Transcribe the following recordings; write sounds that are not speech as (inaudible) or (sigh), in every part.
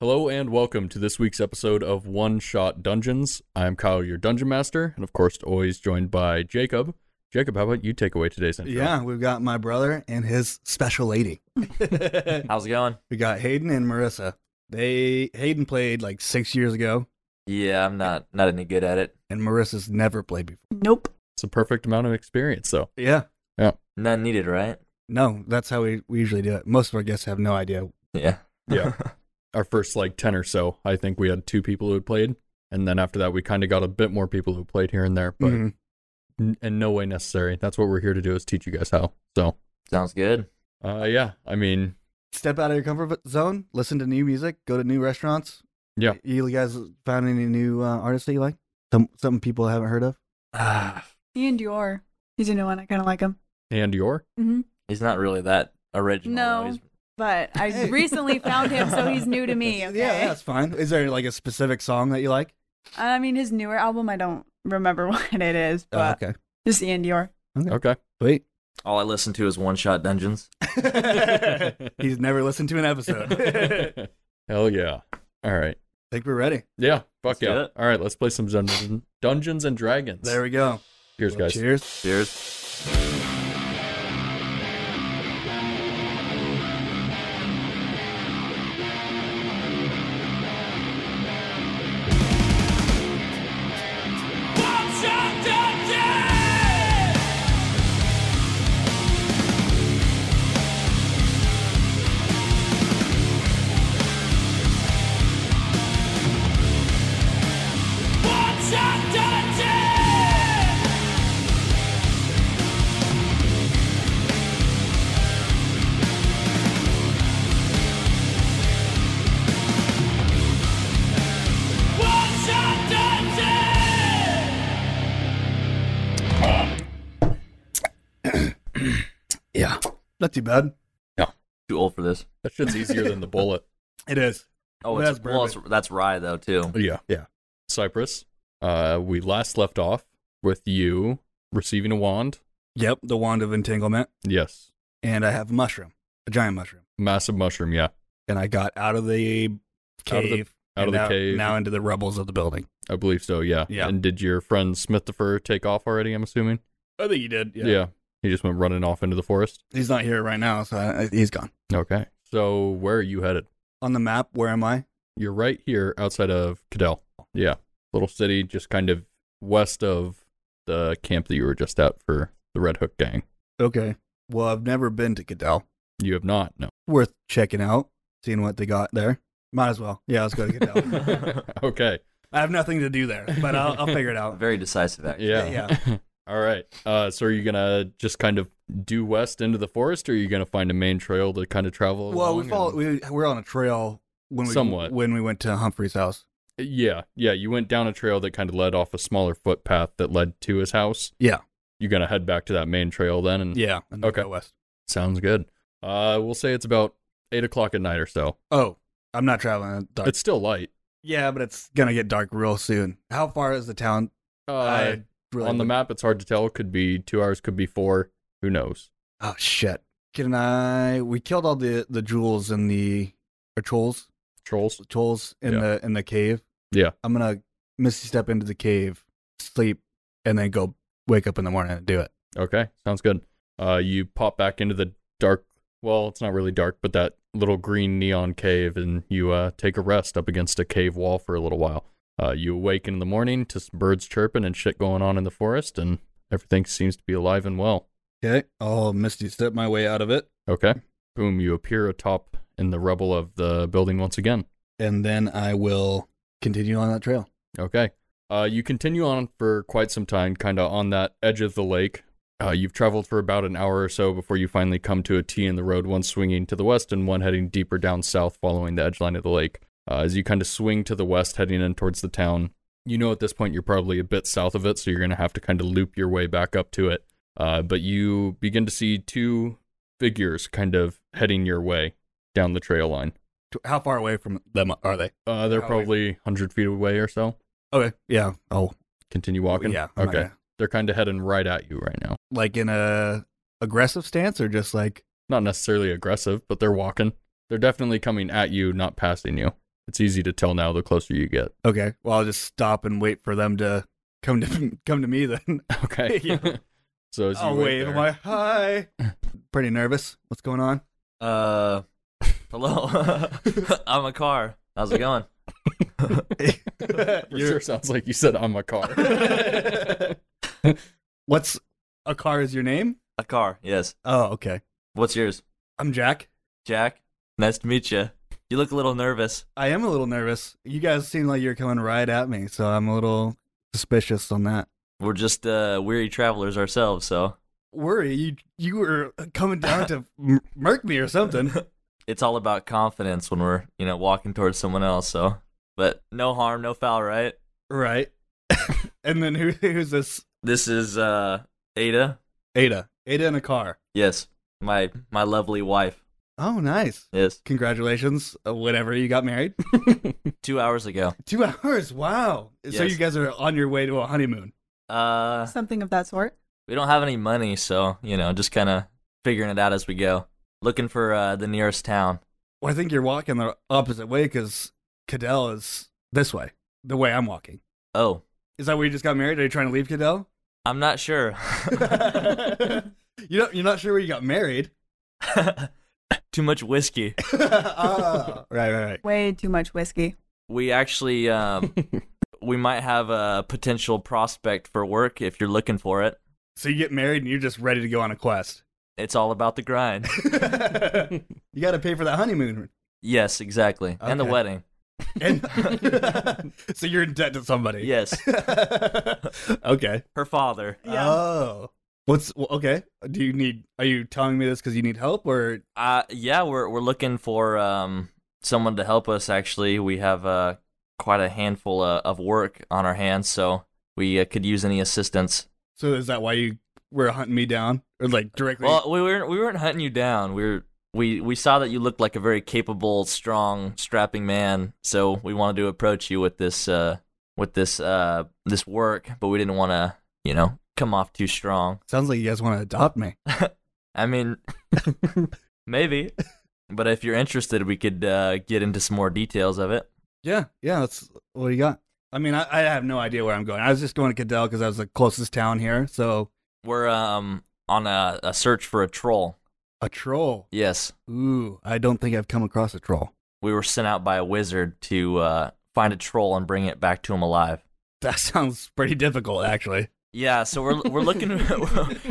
Hello and welcome to this week's episode of One Shot Dungeons. I'm Kyle, your dungeon master, and of course, always joined by Jacob. Jacob, how about you take away today's intro? (laughs) Yeah, we've got my brother and his special lady. How's it going? We got Hayden and Marissa. They Hayden played like six years ago, Yeah, I'm not not any good at it. and Marissa's never played before. Nope. it's a perfect amount of experience, though. Yeah, None needed, right? no, that's how we, we usually do it. Most of our guests have no idea. Yeah. Yeah. Our first like ten or so, I think we had two people who had played, and then after that, we kind of got a bit more people who played here and there, but Mhm. n- in no way necessary. That's what we're here to do is teach you guys how. So, (laughs) Sounds good. (sighs) uh, yeah, I mean, Step out of your comfort zone, listen to new music, go to new restaurants. Yeah. you guys found any new uh, artists that you like? Some something people haven't heard of. He and Dior. He's a new one. I kind of like him. and your Mm-hmm. He's not really that original. No. though. He's- But I Hey. recently found him, so he's (laughs) new to me. Okay? Yeah, that's fine. Is there like a specific song that you like? I mean, his newer album, I don't remember (laughs) what it is, but Oh, okay, just Ian Dior. okay. (laughs) wait. all I listen to is one shot dungeons. He's never listened to (laughs) an episode. I Hell yeah! All right. think we're ready. Yeah, fuck Let's do yeah. it. All right, let's play some Dungeons, Dungeons and Dragons. There we go. Cheers, Well, guys. Cheers. Cheers. Yeah. Not too bad. Too old for this. That shit's easier than the (laughs) bullet. It is. Oh, Well, it's, that's well, it's, that's rye though too. Yeah. Oh, Yeah. Cyprus. Uh, we last left off with you receiving a wand. Yep, the wand of entanglement. Yes. And I have a mushroom, a giant mushroom. Massive mushroom, yeah. And I got out of the Out cave. of the- Out and of the now, cave. Now into the rubbles of the building. I believe so, yeah. Yeah. And did your friend Smith the Fur take off already, I'm assuming? I think you did. He just went running off into the forest. He's not here right now, so I, I- he's gone. Okay. So where are you headed? On the map, where am I? You're right here outside of Cadell. Yeah. Little city just kind of west of the camp that you were just at for the Red Hook gang. Okay. Well, I've never been to Cadell. You have not, no. Worth checking out, seeing what they got there. Might as well. Yeah, let's go to Cadell. okay. (laughs) I have nothing to do there, but I'll, I'll figure it out. Very decisive action. Yeah. Yeah, (laughs) All right. Uh, so are you gonna just kind of do west into the forest, or are you gonna find a main trail to kind of travel? (laughs) Well, along we follow, and- we we're on a trail when we Somewhat. when we went to Humphrey's house. yeah, yeah. You went down a trail that kind of led off a smaller footpath that led to his house. Yeah. You're gonna head back to that main trail then, and Yeah. And then Okay. go west. sounds good. Uh, we'll say it's about eight o'clock at night or so. Oh, I'm not traveling in the dark. It's still light. yeah, but it's gonna get dark real soon. How far is the town? Uh, I really on the would- map, it's hard to tell. Could be two hours. Could be four. Who knows? Oh shit! Can I? We killed all the the jewels in the or trolls, Trolls. trolls in Yeah. the in the cave. Yeah. I'm gonna misty step into the cave, sleep, and then go wake up in the morning and do it. Okay, sounds good. Uh, you pop back into the dark. Well, it's not really dark, but that little green neon cave, and you uh, take a rest up against a cave wall for a little while. Uh, you awaken in the morning to some birds chirping and shit going on in the forest, and everything seems to be alive and well. Okay. I'll misty step my way out of it, Okay. Boom! You appear atop in the rubble of the building once again. and then I will continue on that trail. Okay. Uh, you continue on for quite some time, kind of on that edge of the lake. Uh, you've traveled for about an hour or so before you finally come to a T in the road, one swinging to the west and one heading deeper down south, following the edge line of the lake. Uh, as you kind of swing to the west, heading in towards the town, you know at this point you're probably a bit south of it, so you're going to have to kind of loop your way back up to it. Uh, but you begin to see two figures kind of heading your way down the trail line. To- How far away from them are they? Uh, they're How- probably 100 feet away or so. Okay. Yeah. Oh, Continue walking. yeah. I'm not Okay. gonna- they're kind of heading right at you right now. like in a aggressive stance or just like Not necessarily aggressive, but they're walking. They're definitely coming at you, not passing you. It's easy to tell now the closer you get. (laughs) Okay. Well, I'll just stop and wait for them to come to (laughs) come to me then. (laughs) Okay. Yeah. so as you I'll Oh, wait wave. there, (laughs) I'm like, hi. Pretty nervous. What's going on? (laughs) Uh, hello. (laughs) I'm a car. How's (laughs) it going? for sure sounds like you said I'm a (laughs) car. What's a car is your name? A car. Yes. Oh, okay. What's yours? I'm Jack. Jack. Nice to meet you. You look a little nervous. I am a little nervous. You guys seem like you're coming right at me, so I'm a little suspicious on that. We're just uh, weary travelers ourselves, so Worry, you you were coming down to m- murk me or something. (laughs) it's all about confidence when we're you know walking towards someone else. So, but no harm, no foul, right? Right. (laughs) and then who who's this? This is uh, Ada. Ada. Ada in a car. Yes, my my lovely wife. Oh, nice. Yes, Congratulations, uh, whatever you got married. (laughs) two hours ago. Two hours. Wow. So Yes. you guys are on your way to a honeymoon. Uh-huh. Uh, Something of that sort. we don't have any money, so you know, just kind of figuring it out as we go. Looking for uh, the nearest town. Well, I think you're walking the opposite way because Cadell is this way, the way I'm walking. Oh, Is that where you just got married? Are you trying to leave (laughs) Cadell? I'm not sure. (laughs) you don't, you're not sure where you got married. (laughs) Too much whiskey. Ah, right, right, right. Way too much whiskey. We actually, um, we might have a potential prospect for work if you're looking for it. So you get married and you're just ready to go on a quest. It's all about the grind. (laughs) you got to pay for that honeymoon. yes, exactly. And the Okay. wedding. And (laughs) so you're in debt to somebody. Yes, (laughs) okay. her father. Yeah. Oh. What's well, okay? Do you need? Are you telling me this because you need help, or Uh, yeah, we're we're looking for um someone to help us. Actually, we have uh quite a handful uh, of work on our hands, so we uh, could use any assistance. so? Is that why you were hunting me down, or like directly? Well, we weren't we weren't hunting you down. We were we we saw that you looked like a very capable, strong, strapping man, so we wanted to approach you with this uh with this uh this work, but we didn't want to you know come off too strong. sounds like you guys want to adopt me. I mean, maybe. But if you're interested, we could uh, get into some more details of it. Yeah, yeah. That's what do you got. I mean, I, I have no idea where I'm going. I was just going to Cadell because that was the closest town here. So We're um on a, a search for a troll. a troll. Yes, Ooh, I don't think I've come across a troll. (laughs) we were sent out by a wizard to uh, find a troll and bring it back to him alive. That sounds pretty difficult, actually. Yeah, so we're we're looking (laughs)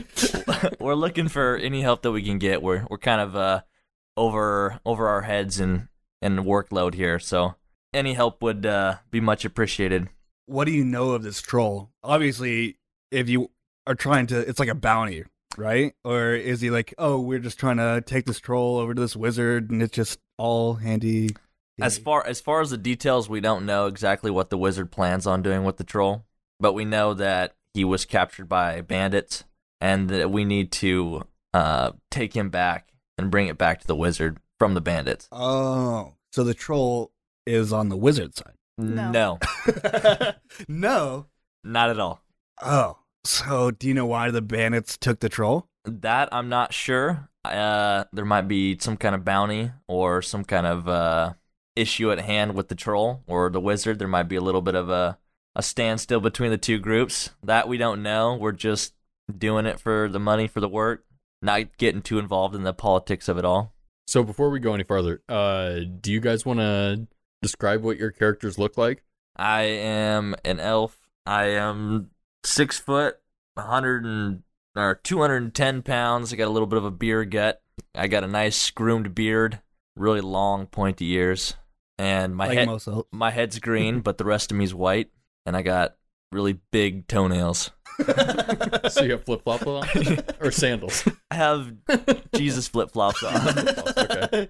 we're looking for any help that we can get. We're we're kind of uh over over our heads and and workload here. So any help would uh, be much appreciated. What do you know of this troll? Obviously, if you are trying to, it's like a bounty, right? Or is he like, oh, we're just trying to take this troll over to this wizard, and it's just all handy. As far as far as the details, we don't know exactly what the wizard plans on doing with the troll, but we know that he was captured by bandits, and that we need to uh, take him back and bring it back to the wizard from the bandits. Oh, so the troll is on the wizard No. (laughs) side. no. not at all. Oh, so do you know why the bandits took the troll? That I'm not sure. Uh, there might be some kind of bounty or some kind of uh, issue at hand with the troll or the wizard. There might be a little bit of a a standstill between the two groups. That we don't know. We're just doing it for the money for the work, not getting too involved in the politics of it all. so before we go any farther, uh, do you guys want to describe what your characters look like? I am an elf. I am six foot, 100 and, or 210 pounds. I got a little bit of a beer gut. I got a nice groomed beard, really long, pointy ears, and my like head. most elves. my head's green, but the rest of me's white, and I got really big toenails. So you have flip flop on or sandals? (laughs) I have Jesus flip flops on. Okay.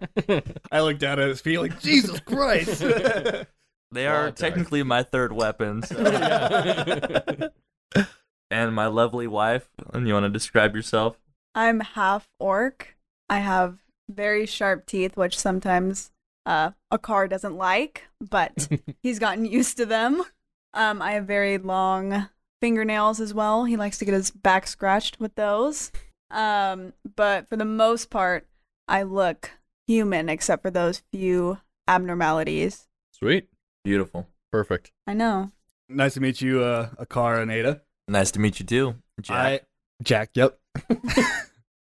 I looked down at his feet like, (laughs) Jesus Christ. They Well, are okay. technically my third weapon. (laughs) So. (laughs) Yeah. and my lovely wife. And you want to describe yourself? I'm half orc. I have very sharp teeth, which sometimes uh, a car doesn't like, but he's gotten used to them. Um, I have very long fingernails as well. He likes to get his back scratched with those. Um, but for the most part, I look human except for those few abnormalities. (laughs) Sweet. Beautiful. Perfect. I know. Nice to meet you, uh, Akara and Ada. Nice to meet you too, Jack. I- Jack, yep.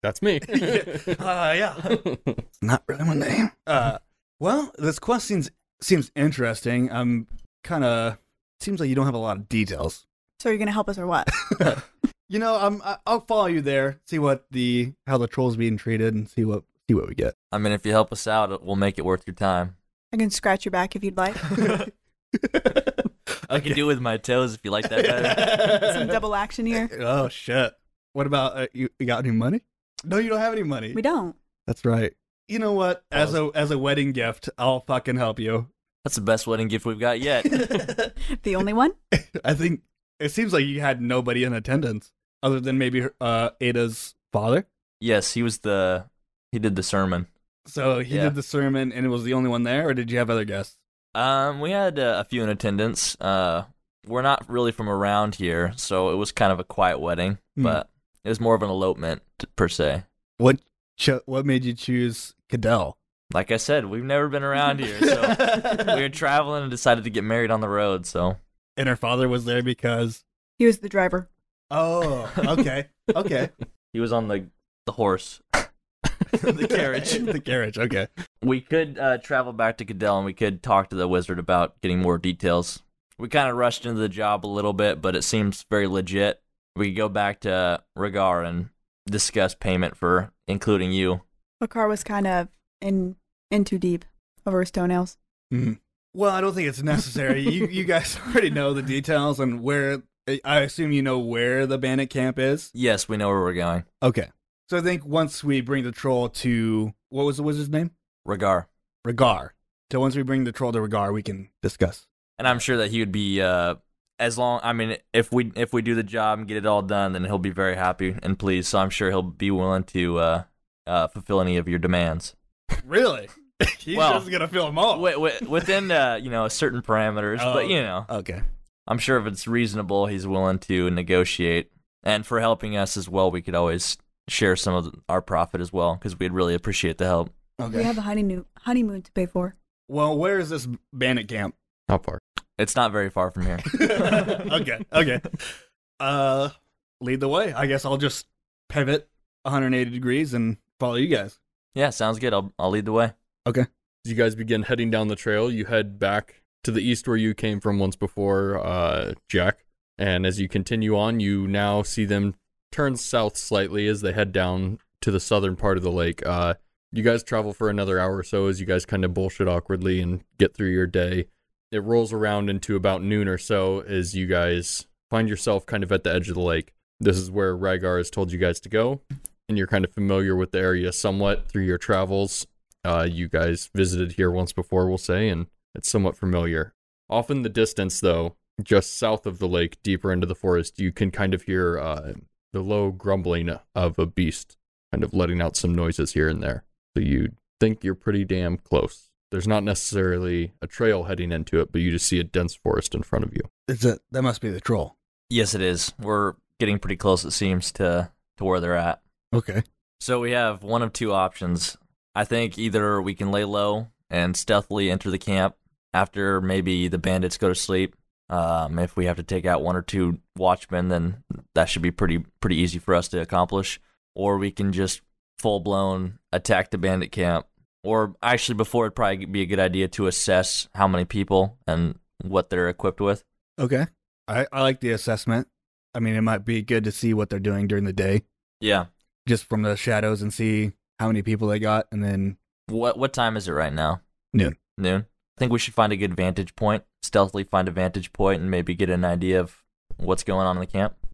That's (laughs) me. (laughs) Uh, yeah. (laughs) Not really my name. Uh, well, this quest seems, seems interesting. I'm kind of, seems like you don't have a lot of details. So are you gonna help us or what? You know, I'm, I- I'll follow you there, see what the, how the troll's being treated and see what, see what we (laughs) get. I mean, if you help us out, it will make it worth your time. I can scratch your back if you'd like. I can do it with my toes if you like (laughs) that better. Some double action here. Oh shit! What about uh, you? You got any money? No, you don't have any money. We don't. That's right. You know what? As a as a wedding gift, I'll fucking help you. That's the best wedding gift we've got yet. The only one? (laughs) I think it seems like you had nobody in attendance other than maybe uh, Ada's father. yes, he was the he did the sermon. So he Yeah. did the sermon, and it was the only one there. Or did you have other guests? Um, we had uh, a few in attendance. Uh, we're not really from around here, so it was kind of a quiet wedding, Hmm. but it was more of an elopement t- per se. What cho- what made you choose Cadell? Like I said, we've never been around here, (laughs) so we were traveling and decided to get married on the road. So and her father was there because. He was the driver. Oh, okay, okay. he was on the the horse, (laughs) the (laughs) carriage. the carriage. Okay. We could uh, travel back to Cadell and we could talk to the wizard about getting more details. We kind of rushed into the job a little bit, but it seems very legit. We could go back to Regar and discuss payment for including you. Bakar was kind of in in too deep over his toenails. Mm-hmm. Well, I don't think it's necessary. you you guys (laughs) already know the details and where I assume you know where the bandit camp is. Yes, we know where we're going. Okay. So I think once we bring the troll to what was the wizard's name? Regar. Regar. So once we bring the troll to Regar, we can discuss. And I'm sure that he would be uh, as long I mean if we if we do the job and get it all done, then he'll be very happy and pleased. So I'm sure he'll be willing to uh, uh, fulfill any of your demands. (laughs) Really? He's Well- just gonna fill them all. Wi- wi- within uh, you know certain parameters, Oh. but you know. Okay. I'm sure if it's reasonable, he's willing to negotiate. And for helping us as well, we could always share some of our profit as well because we'd really appreciate the help. We Okay. have a honeymoon honeymoon to pay for. well, where is this bandit camp? (laughs) Not far. It's not very far from here. okay. Okay. Uh, lead the way. I guess I'll just pivot 180 degrees and follow you guys. yeah, sounds good. I'll I'll lead the way. As you guys begin heading down the trail, you head back to the east where you came from once before, uh, Jack. And as you continue on, you now see them turn south slightly as they head down to the southern part of the lake. Uh, you guys travel for another hour or so as you guys kind of bullshit awkwardly and get through your day. It rolls around into about noon or so as you guys find yourself kind of at the edge of the lake. This is where Ragar has told you guys to go, and you're kind of familiar with the area somewhat through your travels uh, you guys visited here once before, we'll say, and it's somewhat familiar. Off in the distance, though, just south of the lake, deeper into the forest, you can kind of hear uh, the low grumbling of a beast, kind of letting out some noises here and there. So you think you're pretty damn close. There's not necessarily a trail heading into it, but you just see a dense forest in front of you. It's a, that must be the troll. Yes, it is. We're getting pretty close. It seems to to where they're at. Okay. So we have one of two options. I think either we can lay low and stealthily enter the camp after maybe the bandits go to sleep. Um, if we have to take out one or two watchmen, then that should be pretty pretty easy for us to accomplish. Or we can just full blown attack the bandit camp. Or actually, before it'd probably be a good idea to assess how many people and what they're equipped with. Okay. I, I like the assessment. I mean, it might be good to see what they're doing during the day, Yeah. just from the shadows and see how many people they got. And then, What what time is it right now? Noon. Noon. I think we should find a good vantage point, stealthily find a vantage point, and maybe get an idea of what's going on in the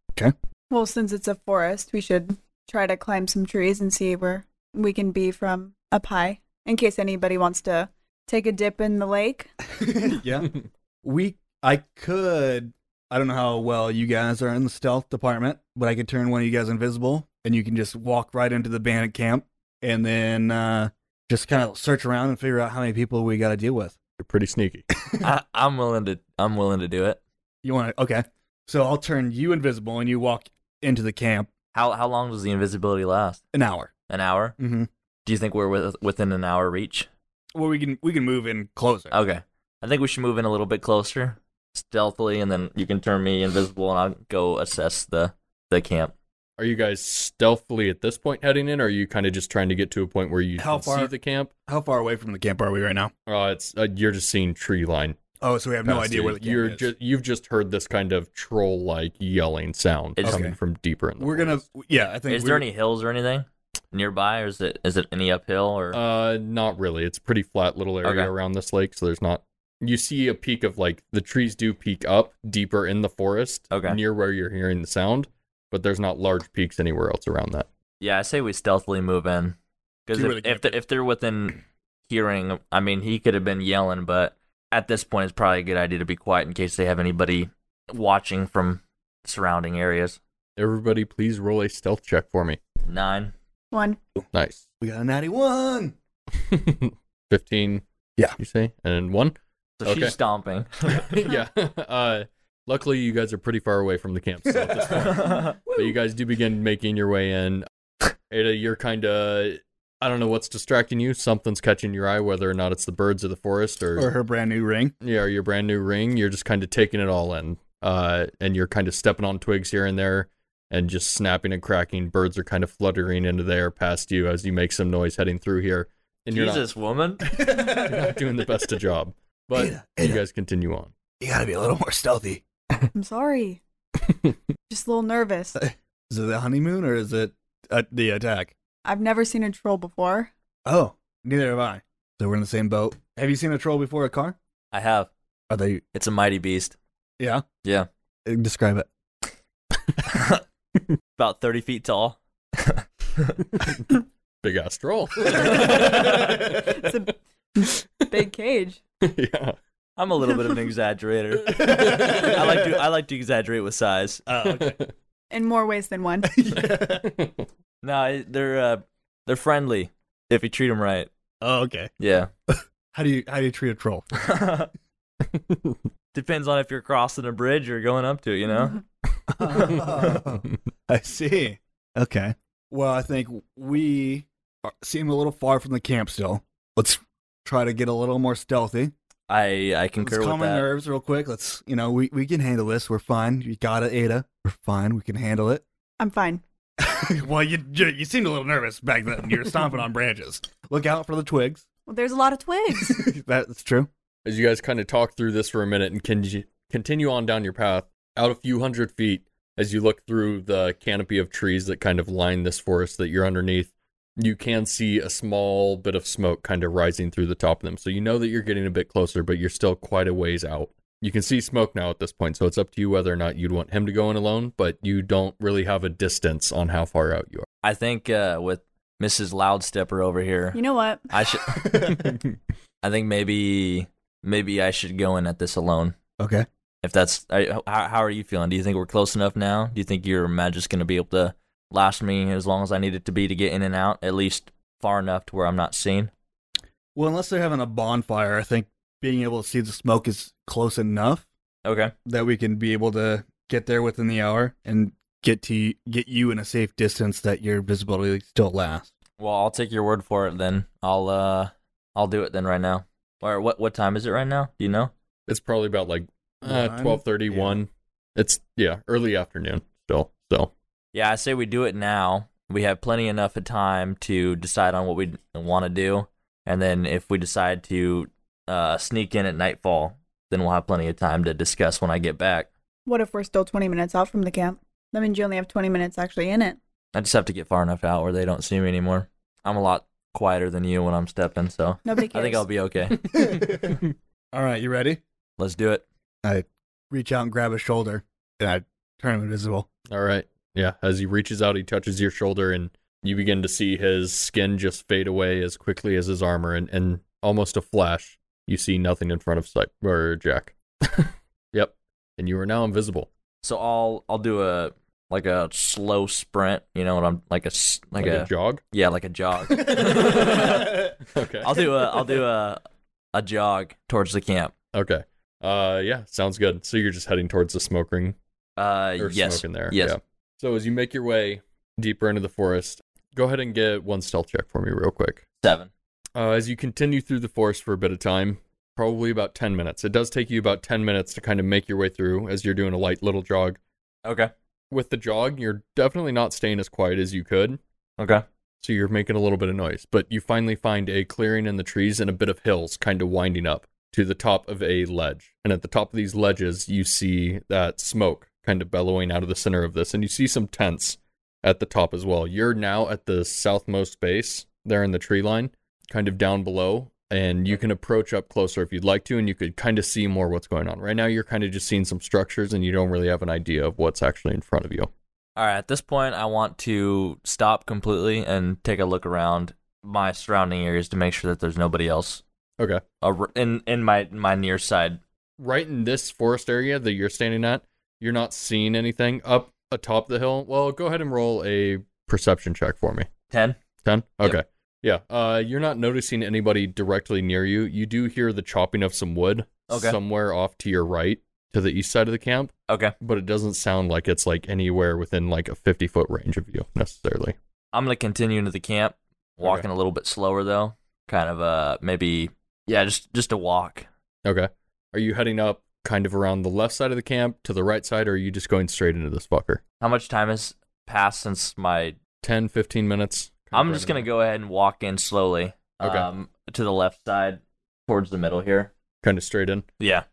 (laughs) camp. Well, since it's a forest, we should try to climb some trees and see where we can be from up high. In case anybody wants to take a dip in the lake. yeah, we, I could, I don't know how well you guys are in the stealth department, but I could turn one of you guys invisible and you can just walk right into the bandit camp and then uh, just kind of search around and figure out how many people we got to deal with. You're pretty sneaky. I, I'm willing to. I'm willing to do it. You want to, okay. So I'll turn you invisible and you walk into the camp How how long does the invisibility last? an hour. An hour? Mm hmm. Do you think we're with, within an hour reach? Well, we can we can move in closer. Okay. I think we should move in a little bit closer, stealthily, and then you can turn me invisible, and I'll go assess the the camp. Are you guys stealthily at this point heading in, or are you kind of just trying to get to a point where you How can see far- the camp? How far away from the camp are we right now? Uh, it's uh, you're just seeing tree line. Oh, so we have no past idea you. where the camp you're is. just you've just heard this kind of troll like yelling sound It's- coming Okay. from deeper in the. we're gonna. Yeah, I think. Is there we're- any hills or anything nearby, or is it is it any uphill or? Uh, not really. It's a pretty flat little area Okay. around this lake, so there's not. You see a peak of like the trees do peak up deeper in the forest, Okay. near where you're hearing the sound, but there's not large peaks anywhere else around that. Yeah, I say we stealthily move in because See where if the if, camp the, if (clears throat) they're within hearing, I mean, he could have been yelling, but at this point, it's probably a good idea to be quiet in case they have anybody watching from surrounding areas. Everybody, please roll a stealth check for me. Nine. (laughs) One. Nice. (laughs) We got a natty one. (laughs) Fifteen. Yeah. You say and (laughs) one. (laughs) So Okay. she's stomping. yeah. (laughs) Uh, luckily, you guys are pretty far away from the campsite at this point. But you guys do begin making your way in. Ada, you're kind of. I don't know what's distracting you. Something's catching your eye, whether or not it's the birds of the forest or, Or her brand new ring. yeah, or your brand new ring. You're just kind of taking it all in, uh, and you're kind of stepping on twigs here and there, and just snapping and cracking. Birds are kind of fluttering into the air past you as you make some noise heading through here, and you're not, Jesus, woman. you're not (laughs) doing the (laughs) best of job. But Ada, you Ada. guys continue on. You gotta be a little more stealthy. I'm (laughs) sorry. Just a little nervous. Is it the honeymoon or is it uh, the attack? I've never seen a troll before. Oh, neither have I. So we're in the same boat. Have you seen a troll before a car? I have. Are they? It's a mighty beast. Yeah. Yeah. Uh, Describe it. About thirty feet tall. Big ass troll. It's a (laughs) big cage. (laughs) yeah. I'm a little (laughs) bit of an exaggerator. I like to I like to exaggerate with size. (laughs) Oh, In more ways than one. No, I- they're uh, they're friendly if you treat them right. oh, okay. Yeah. How do you how do you treat a troll? (laughs) Depends on if you're crossing a bridge or going up to it, you Mm-hmm. know? (laughs) I see. Okay. Well, I think we are- seem a little far from the camp still. Let's try to get a little more stealthy. I I concur Let's with calm our that. nerves real quick. Let's, you know, we, we can handle this. We're fine. You got it, Ada. We're fine. We can handle it. (laughs) (laughs) I'm fine. well, you, you you seemed a little nervous back then. You're stomping on branches. Look out for the twigs. (laughs) Well, there's a lot of twigs. (laughs) That's true. as you guys kind of talk through this for a minute and can continue on down your path out a few hundred feet as you look through the canopy of trees that kind of line this forest that you're underneath you can see a small bit of smoke kind of rising through the top of them so you know that you're getting a bit closer but you're still quite a ways out you can see smoke now at this point so it's up to you whether or not you'd want him to go in alone but you don't really have a distance on how far out you I think uh, with Mrs. Loudstepper over here, You know what? I should I think maybe maybe I should go in at this alone. Okay. If that's I, how, how are you feeling? Do you think we're close enough now? Do you think your magic's going to be able to last me as long as I need it to be to get in and out, at least far enough to where I'm not seen? Well, unless they're having a bonfire, I think being able to see the smoke is close enough Okay. that we can be able to get there within the hour and get to get you in a safe distance that your visibility still lasts. Well, I'll take your word for it then. I'll uh I'll do it then right now. Or what what time is it right now? Do you know? It's probably about like uh, One? 12:30, Yeah. 1. It's yeah, early afternoon still. So Yeah, I say we do it now. We have plenty enough of time to decide on what we want to do, and then if we decide to uh, sneak in at nightfall, then we'll have plenty of time to discuss when I get back. What if we're still 20 minutes out from the camp? That means you only have 20 minutes actually in it. I just have to get far enough out where they don't see me anymore. I'm a lot quieter than you when I'm stepping, so Nobody cares. I think I'll (laughs) be okay. All right, you ready? Let's do it. Reach out and grab his shoulder, and I turn him invisible. all right. Yeah, as he reaches out, he touches your shoulder and you begin to see his skin just fade away as quickly as his armor and, and almost a flash, you see nothing in front of Cy- or Jack. yep. And you are now invisible. So I'll I'll do a like a slow sprint. You know what I'm like a s- like, a, (laughs) jog. yeah like a jog. (laughs) Okay. I'll do a I'll do a a jog towards the camp. okay. Uh yeah, sounds good. So you're just heading towards the smoke ring. Uh, or yes. smoke in there. Yes. Yeah. So as you make your way deeper into the forest, go ahead and get one stealth check for me real quick. Seven. Uh, as you continue through the forest for a bit of time, probably about 10 minutes. It does take you about 10 minutes to kind of make your way through as you're doing a light little jog. Okay. With the jog, you're definitely not staying as quiet as you could, Okay. so you're making a little bit of noise. But you finally find a clearing in the trees and a bit of hills kind of winding up to the top of a ledge. And at the top of these ledges, you see that smoke kind of bellowing out of the center of this, and you see some tents at the top as well. You're now at the southmost base there in the tree line, kind of down below, and you can approach up closer if you'd like to, and you could kind of see more what's going on. Right now, you're kind of just seeing some structures, and you don't really have an idea of what's actually in front of you. All right. At this point, I want to stop completely and take a look around my surrounding areas to make sure that there's nobody else Okay. ar- in in my my near side. right in this forest area that you're standing at, you're not seeing anything up atop the hill. Well, go ahead and roll a perception check for me. Ten. 10? Okay. Yeah. Uh, you're not noticing anybody directly near you. You do hear the chopping of some wood Okay. somewhere off to your right to the east side of the camp, Okay. but it doesn't sound like it's like anywhere within like a 50 foot range of you necessarily. I'm gonna continue into the camp, walking a little bit slower though. Kind of uh maybe yeah, just just a walk. Okay. Are you heading up kind of around the left side of the camp to the right side, or are you just going straight into this fucker? How much time has passed since my 10, 15 minutes? Kind of I'm just right gonna around. go ahead and walk in slowly. Okay. Um to the left side, towards the middle here. Kind of straight in. Yeah.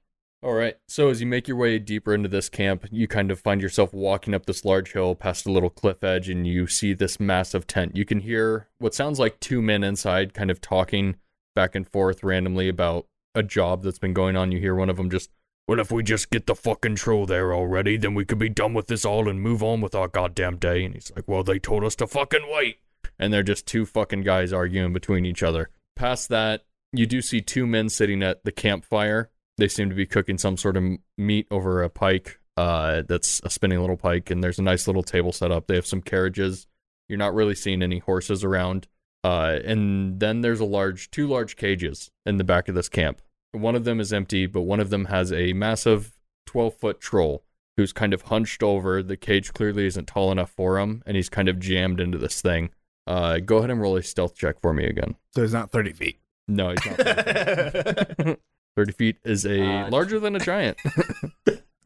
All right. So as you make your way deeper into this camp, you kind of find yourself walking up this large hill past a little cliff edge and you see this massive tent. You can hear what sounds like two men inside kind of talking back and forth randomly about a job that's been going on. You hear one of them just, "Well, if we just get the fucking troll there already, then we could be done with this all and move on with our goddamn day." And he's like, "Well, they told us to fucking wait." And they're just two fucking guys arguing between each other. Past that, you do see two men sitting at the campfire they seem to be cooking some sort of m- meat over a pike uh, that's a spinning little pike and there's a nice little table set up they have some carriages you're not really seeing any horses around uh, and then there's a large two large cages in the back of this camp one of them is empty but one of them has a massive 12 foot troll who's kind of hunched over the cage clearly isn't tall enough for him and he's kind of jammed into this thing uh, go ahead and roll a stealth check for me again So it's not 30 feet. no he's not (laughs) 30 feet, 30 feet is a Uh, larger than a giant (laughs)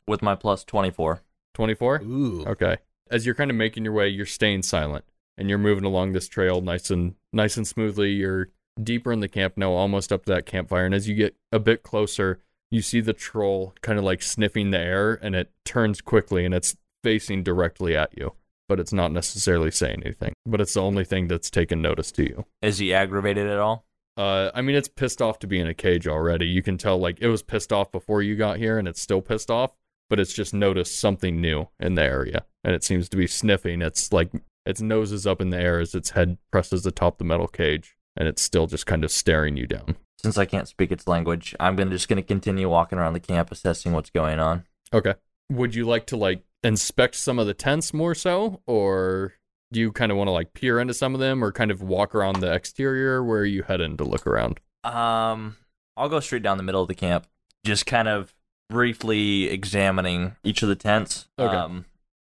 With my plus twenty four. 24? Ooh. Okay. As you're kind of making your way, you're staying silent and you're moving along this trail nice and nice and smoothly. You're deeper in the camp now, almost up to that campfire. And as you get a bit closer, you see the troll kind of like sniffing the air and it turns quickly and it's facing directly at you, but it's not necessarily saying anything. But it's the only thing that's taken notice to you. Is he aggravated at all? Uh, I mean, it's pissed off to be in a cage already. You can tell, like, it was pissed off before you got here, and it's still pissed off, but it's just noticed something new in the area, and it seems to be sniffing. It's like its nose is up in the air as its head presses atop the metal cage, and it's still just kind of staring you down. Since I can't speak its language, I'm gonna just gonna continue walking around the camp assessing what's going on. Okay. Would you like to like inspect some of the tents more so, or do you kind of want to like peer into some of them, or kind of walk around the exterior? Where are you heading to look around? Um, I'll go straight down the middle of the camp, just kind of briefly examining each of the tents. Okay. Um,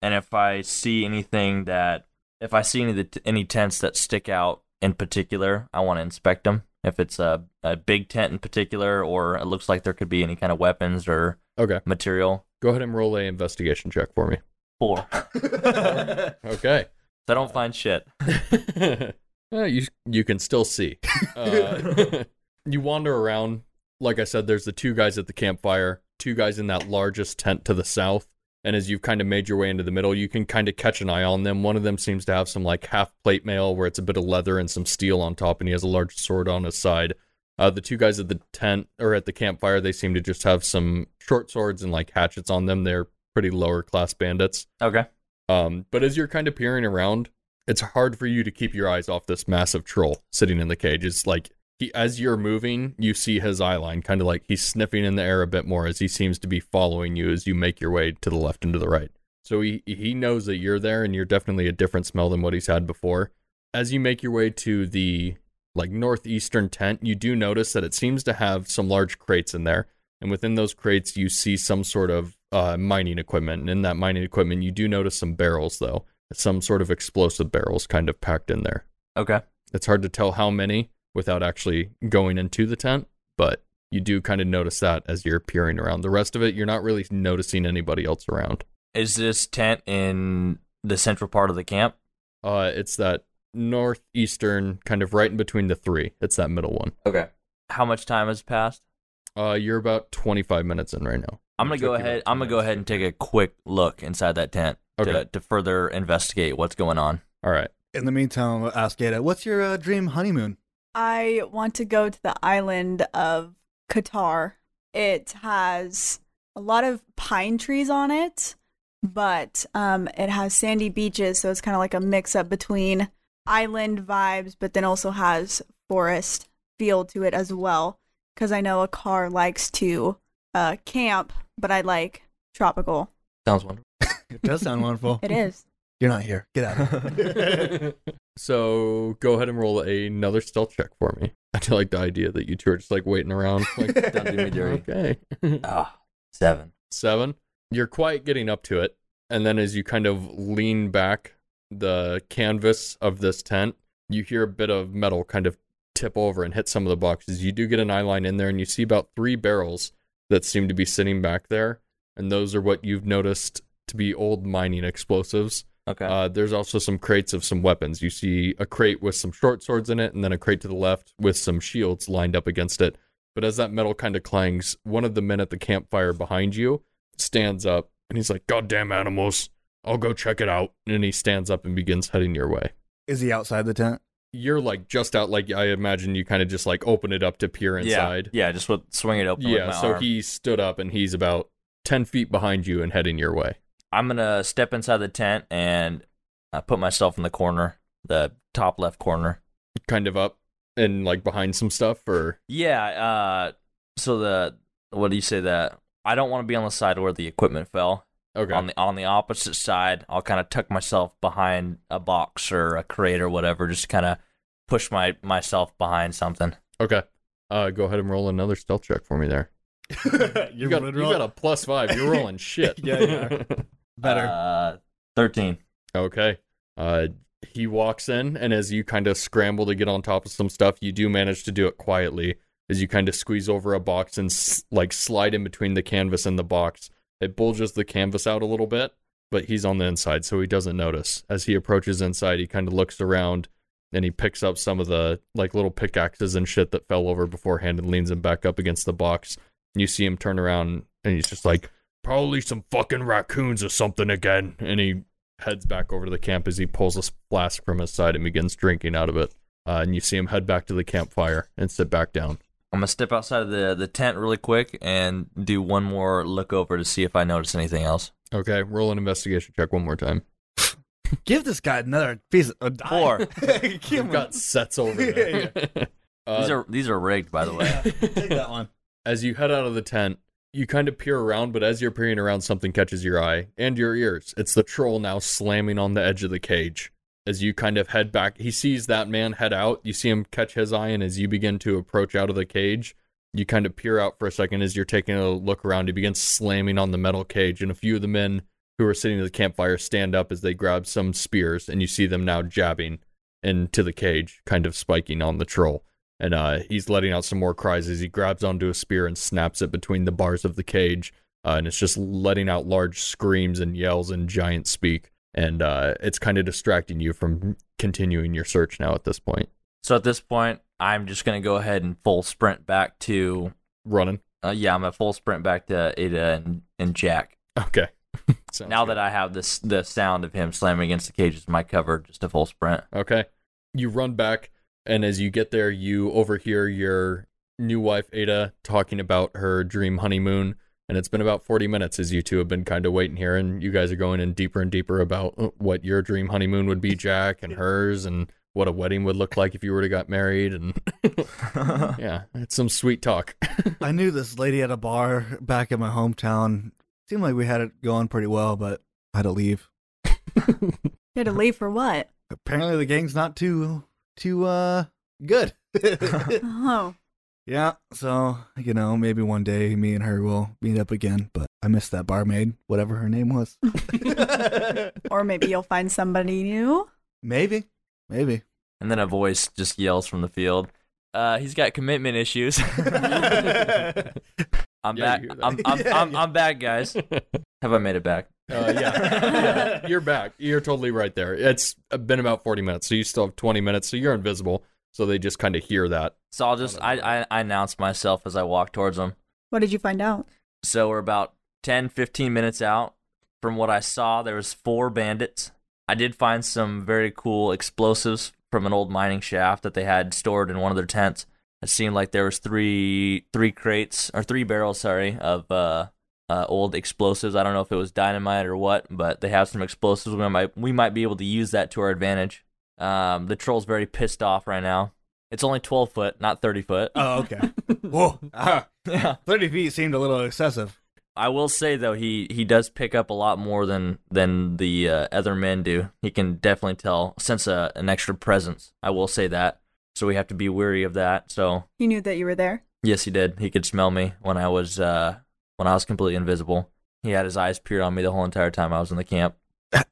and if I see anything that, if I see any of the t- any tents that stick out in particular, I want to inspect them. If it's a a big tent in particular, or it looks like there could be any kind of weapons or Okay. material. Go ahead and roll a investigation check for me. Four. so Okay. I don't find shit. Uh, you you can still see. Uh, (laughs) you wander around. Like I said, there's the two guys at the campfire, two guys in that largest tent to the south. And as you've kind of made your way into the middle, you can kind of catch an eye on them. One of them seems to have some like half plate mail where it's a bit of leather and some steel on top, and he has a large sword on his side. Uh, the two guys at the tent or at the campfire, they seem to just have some short swords and like hatchets on them. They're pretty lower class bandits. Okay. Um, but as you're kind of peering around, it's hard for you to keep your eyes off this massive troll sitting in the cage. It's like he, as you're moving, you see his eye line, kind of like he's sniffing in the air a bit more as he seems to be following you as you make your way to the left and to the right. So he he knows that you're there, and you're definitely a different smell than what he's had before. As you make your way to the like northeastern tent, you do notice that it seems to have some large crates in there and within those crates you see some sort of uh, mining equipment and in that mining equipment you do notice some barrels though some sort of explosive barrels kind of packed in there Okay. it's hard to tell how many without actually going into the tent but you do kind of notice that as you're peering around. The rest of it, you're not really noticing anybody else around. Is this tent in the central part of the camp? Uh, it's that northeastern, kind of right in between the three. It's that middle one. Okay. How much time has passed? Uh, you're about 25 minutes in right now. I'm gonna It go took you ahead. about I'm gonna 10 go minutes. ahead and take a quick look inside that tent to, Okay. to further investigate what's going on. All right. In the meantime, I'll ask Ada, what's your uh, dream honeymoon? I want to go to the island of Qatar. It has a lot of pine trees on it, but um, it has sandy beaches, so it's kind of like a mix up between island vibes, but then also has forest feel to it as well. Because I know a car likes to uh, camp, but I like tropical. Sounds wonderful. It does sound Oh. wonderful. It is. You're not here. Get out. of here. (laughs) so go ahead and roll another stealth check for me. (laughs) I do like the idea that you two are just like waiting around. (laughs) (laughs) Like, Don't do me dirty. okay. (laughs) Ah, seven. Seven. You're quite getting up to it. And then as you kind of lean back the canvas of this tent, you hear a bit of metal kind of tip over and hit some of the boxes. You do get an eye line in there and you see about three barrels that seem to be sitting back there. And those are what you've noticed to be old mining explosives. Okay. Uh, there's also some crates of some weapons. You see a crate with some short swords in it, and then a crate to the left with some shields lined up against it. But as that metal kind of clangs, one of the men at the campfire behind you stands up and he's like, Goddamn animals, I'll go check it out. And he stands up and begins heading your way. Is he outside the tent? You're like just out, like I imagine you kind of just like open it up to peer inside. Yeah, yeah just with, swing it open. with my so arm. he stood up and he's about 10 feet behind you and heading your way. I'm gonna step inside the tent and uh, put myself in the corner, the top left corner. Kind of up and like behind some stuff, or Yeah. Uh, so the what do you say that? I don't want to be on the side where the equipment fell. okay. On the on the opposite side, I'll kind of tuck myself behind a box or a crate or whatever, just kind of push my myself behind something. Okay. Uh, go ahead and roll another stealth check for me there. You You're got, you got a plus five. You're (laughs) rolling shit. Yeah, yeah. better. Uh, Thirteen. okay. Uh, he walks in, and as you kind of scramble to get on top of some stuff, you do manage to do it quietly. As you kind of squeeze over a box and s- like slide in between the canvas and the box, it bulges the canvas out a little bit, but he's on the inside, so he doesn't notice. As he approaches inside, he kind of looks around and he picks up some of the like little pickaxes and shit that fell over beforehand and leans them back up against the box. You see him turn around and he's just like, probably some fucking raccoons or something again. And he heads back over to the camp as he pulls a flask from his side and begins drinking out of it. Uh, and you see him head back to the campfire and sit back down. I'm gonna step outside of the the tent really quick and do one more look over to see if I notice anything else. Okay, roll an investigation check one more time. Give this guy another piece of die. Four. (laughs) Give him You've got sets over there. Uh, these are these are rigged, by the (laughs) way. (laughs) Yeah, Take that one. as you head out of the tent, you kind of peer around, but as you're peering around, something catches your eye and your ears. It's the troll now slamming on the edge of the cage. As you kind of head back, he sees that man head out. You see him catch his eye, and as you begin to approach out of the cage, you kind of peer out for a second as you're taking a look around. He begins slamming on the metal cage, and a few of the men who are sitting at the campfire stand up as they grab some spears, and you see them now jabbing into the cage, kind of spiking on the troll and uh, he's letting out some more cries as he grabs onto a spear and snaps it between the bars of the cage, uh, and it's just letting out large screams and yells and giant speak, and uh, it's kind of distracting you from continuing your search now at this point. So at this point, I'm just gonna go ahead and full sprint back to. Running, Uh, yeah, I'm gonna full sprint back to Ada and, and Jack. (laughs) okay. (laughs) Sounds now good. that I have this, the sound of him slamming against the cage is my cover. Just a full sprint. (laughs) Okay. You run back, and as you get there, you overhear your new wife, Ada, talking about her dream honeymoon. And it's been about 40 minutes as you two have been kind of waiting here, and you guys are going in deeper and deeper about uh, what your dream honeymoon would be, Jack, and hers, and what a wedding would look like if you were to got married. And (clears throat) yeah, it's some sweet talk. I knew this lady at a bar back in my hometown. Seemed like we had it going pretty well, but I had to leave. You had to leave for what? (laughs) Apparently, the gang's not too too uh good. (laughs) Oh, yeah, so you know, maybe one day me and her will meet up again. But I missed that barmaid, whatever her name (laughs) was. or maybe you'll find somebody new. maybe, maybe. and then a voice just yells from the field, Uh, he's got commitment issues. (laughs) I'm Yeah, back. you hear that. I'm I'm, Yeah, I'm, yeah. I'm back, guys. Have I made it back? Uh, yeah. yeah, you're back. You're totally right there. It's been about 40 minutes, so you still have 20 minutes, so you're invisible. So they just kind of hear that. So I'll just I, I I announced myself as I walked towards him. What did you find out? So we're about 10, 15 minutes out. From what I saw, there was four bandits. I did find some very cool explosives from an old mining shaft that they had stored in one of their tents. It seemed like there was three three crates or three barrels, sorry, of uh, uh, old explosives. I don't know if it was dynamite or what, but they have some explosives. We might we might be able to use that to our advantage. Um, the troll's very pissed off right now. It's only twelve foot, not thirty foot. (laughs) (laughs) oh, okay. Whoa, ah, yeah. thirty feet seemed a little excessive. I will say though he he does pick up a lot more than than the uh, other men do. He can definitely tell sense a, an extra presence. I will say that. So we have to be wary of that. So He knew that you were there. yes, he did. He could smell me when I was uh, when I was completely invisible. He had his eyes peered on me the whole entire time I was in the camp.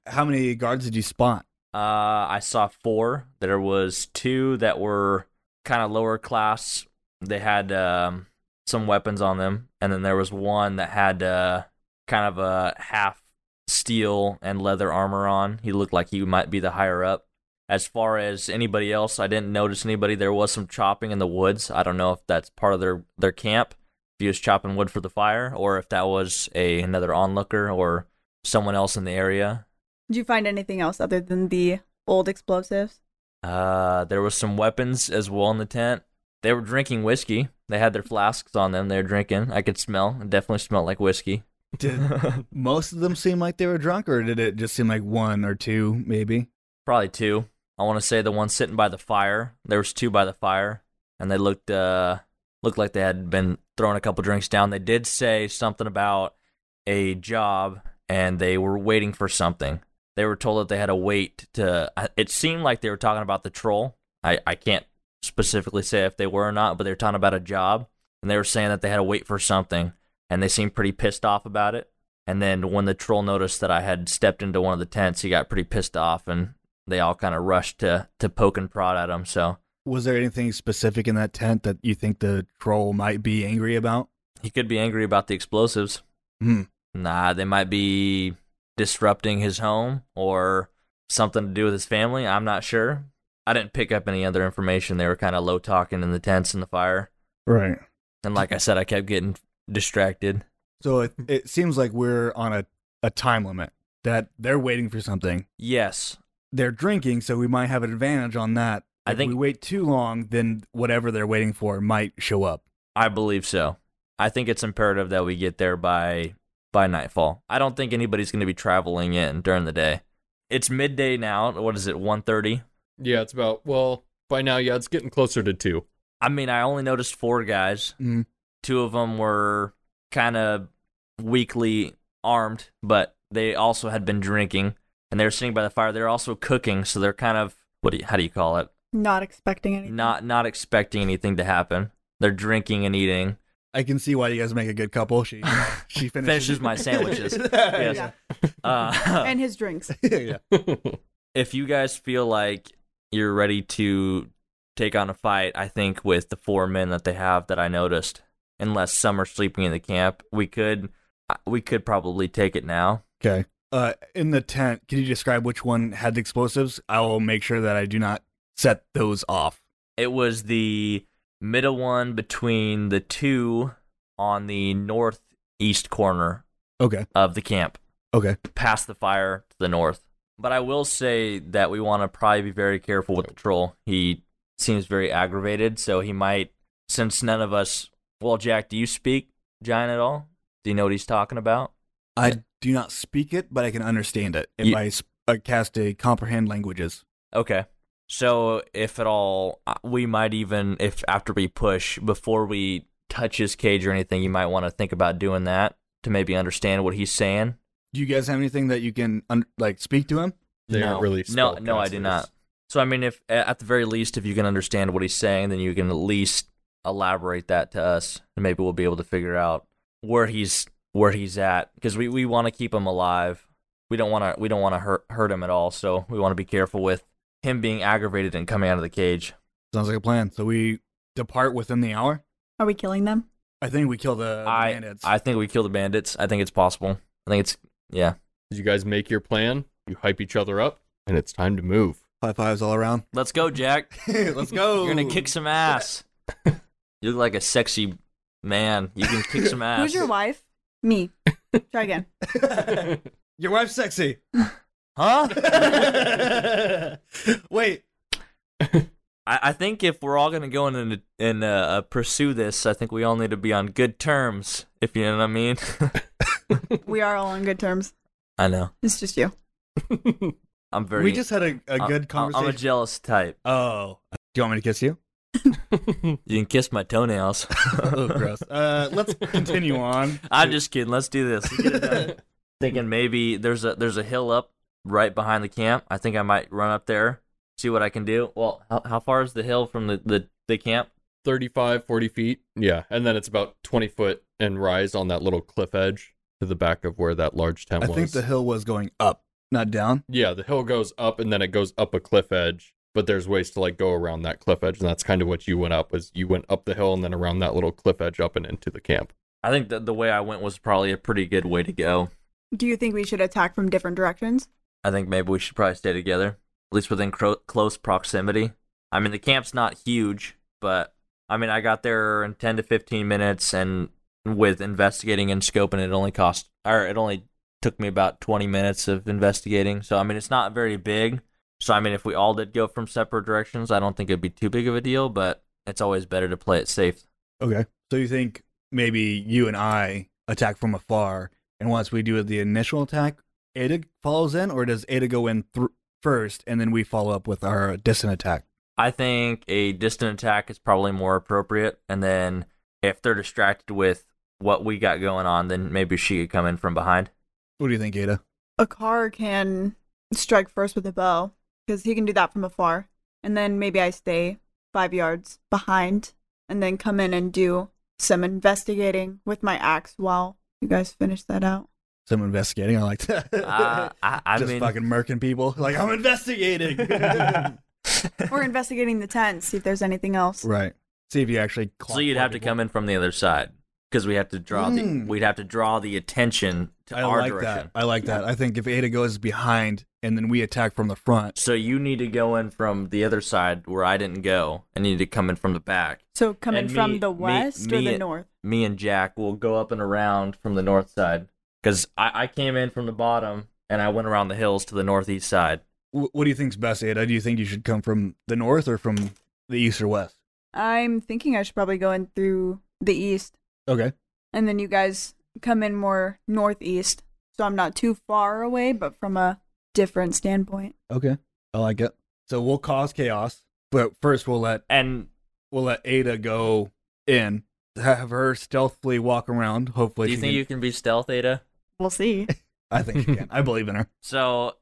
How many guards did you spot? Uh, I saw four. There was two that were kind of lower class. They had um, some weapons on them, and then there was one that had uh, kind of a half steel and leather armor on. He looked like he might be the higher up. As far as anybody else, I didn't notice anybody. There was some chopping in the woods. I don't know if that's part of their their camp. If he was chopping wood for the fire, or if that was a another onlooker or someone else in the area. Did you find anything else other than the old explosives? Uh, there was some weapons as well in the tent. They were drinking whiskey. They had their flasks on them. They were drinking. I could smell. It definitely smelled like whiskey. (laughs) (laughs) Did most of them seem like they were drunk, or did it just seem like one or two, maybe? Probably two. I want to say the one sitting by the fire. There was two by the fire, and they looked uh looked like they had been throwing a couple drinks down. They did say something about a job, and they were waiting for something. They were told that they had to wait to. I- It seemed like they were talking about the troll. I I can't specifically say if they were or not, but they were talking about a job, and they were saying that they had to wait for something, and they seemed pretty pissed off about it. And then when the troll noticed that I had stepped into one of the tents, he got pretty pissed off and they all kind of rushed to to poke and prod at him. So Was there anything specific in that tent that you think the troll might be angry about? he could be angry about the explosives. Hmm. Nah, they might be disrupting his home or something to do with his family. I'm not sure. I didn't pick up any other information. They were kind of low talking in the tents and the fire. Right. And like I said, I kept getting distracted. So it, it seems like we're on a, a time limit that they're waiting for something. Yes, They're drinking, so we might have an advantage on that. I If think- we wait too long, then whatever they're waiting for might show up. I believe so. I think it's imperative that we get there by by nightfall. I don't think anybody's going to be traveling in during the day. It's midday now. What is it? 1:30. Yeah, it's about, well, by now, yeah, it's getting closer to two. I mean, I only noticed four guys. Mm. Two of them were kind of weakly armed, but they also had been drinking and they were sitting by the fire. They're also cooking, so they're kind of what do you, how do you call it? Not expecting anything. Not not expecting anything to happen. They're drinking and eating. I can see why you guys make a good couple. She (laughs) she finishes, (laughs) Finishes my sandwiches. yes. Yeah. (laughs) Uh, (laughs) and his drinks. (laughs) yeah. if you guys feel like you're ready to take on a fight, I think with the four men that they have that I noticed, unless some are sleeping in the camp, we could uh, we could probably take it now. Okay. Uh, in the tent, can you describe which one had the explosives? I will make sure that I do not set those off. It was the middle one between the two on the northeast corner Okay. of the camp. Okay. past the fire to the north. But I will say that we want to probably be very careful with the troll. He seems very aggravated, so he might, since none of us. Well, Jack, do you speak giant at all? Do you know what he's talking about? I do not speak it, but I can understand it if You- I sp- uh, cast a comprehend languages. Okay. So, if at all, uh, we might even, if after we push, before we touch his cage or anything, you might want to think about doing that to maybe understand what he's saying. Do you guys have anything that you can un- like speak to him? They no. aren't really No, no, I do spellcasters. not. So I mean, if at the very least, if you can understand what he's saying, then you can at least elaborate that to us, and maybe we'll be able to figure out where he's where he's at because we, we want to keep him alive. We don't want to we don't want to hurt hurt him at all. So we want to be careful with him being aggravated and coming out of the cage. Sounds like a plan. So we depart within the hour? Are we killing them? I think we kill Uh, the, the I, bandits. I think we kill the bandits. I think it's possible. I think it's yeah. You guys make your plan, you hype each other up, and it's time to move. (laughs) High fives all around. Let's go, Jack. (laughs) Let's go. You're gonna kick some (laughs) ass. you look like a sexy man. You can kick (laughs) some ass. Who's your wife? (laughs) Me. Try again. Your wife's (laughs) sexy. huh? Wait. (laughs) I, I think if we're all gonna go in and and uh, uh, pursue this, I think we all need to be on good terms. If you know what I mean. (laughs) We are all on good terms. I know. It's just you. I'm very. (laughs) we just had a, a I- good I- conversation. Uh, I'm a jealous type. oh. Do you want me to kiss (laughs) you? You can kiss my toenails. (laughs) (laughs) oh, gross. Uh, let's continue on. I'm just kidding. Let's do this. Let's get it done. (laughs) Thinking maybe there's a there's a hill up right behind the camp. I think I might run up there, see what I can do. Well, how, how far is the hill from the, the, the camp? 35, 40 feet. Yeah. And then it's about 20 foot and rise on that little cliff edge to the back of where that large tent I was. think the hill was going up, not down. yeah, the hill goes up and then it goes up a cliff edge, but there's ways to like go around that cliff edge. And that's kind of what you went up was you went up the hill and then around that little cliff edge up and into the camp. I think that the way I went was probably a pretty good way to go. Do you think we should attack from different directions? I think maybe we should probably stay together, at least within cro- close proximity. I mean, the camp's not huge, but I mean, I got there in 10 to 15 minutes, and with investigating and scoping, it only cost, or it only took me about 20 minutes of investigating. So, I mean, it's not very big. So, I mean, if we all did go from separate directions, I don't think it'd be too big of a deal, but it's always better to play it safe. Okay. So you think maybe you and I attack from afar, and once we do the initial attack, Ada follows in, or does Ada go in thr first, and then we follow up with our distant attack? I think a distant attack is probably more appropriate. And then if they're distracted with what we got going on, then maybe she could come in (laughs) from behind. What do you think, Ada? A car can strike first with a bow because he can do that from afar. And then maybe I stay five yards behind and then come in and do some investigating with my axe while you guys finish that out. Some investigating. I like that. Uh, I, (laughs) I Just mean, fucking murking people. Like I'm investigating. We're investigating the tent, see if there's anything (laughs) else. right. See if you actually. so you'd have to come in from the other side because we have to draw Mm. the we'd have to draw the attention to I our like direction. that. I like that. I think if Ada goes behind and then we attack from the front, So you need to go in from the other side where I didn't go. I need to come in from the back. So coming And me- from the me- west or me- the north? Me and Jack will go up and around from the north side because I, I came in from the bottom and I went around the hills to the northeast side. wh- what do you think's best, Ada? Do you think you should come from the north or from the east or west? I'm thinking I should probably go in through the east Okay. and then you guys come in more northeast. So I'm not too far away, but from a different standpoint. Okay. I like it. So we'll cause chaos, but first we'll let And we'll let Ada go in. Have her stealthily walk around. Hopefully, do you she think can- you can be stealth, Ada? (laughs) We'll see. (laughs) I think she can. I believe in her. So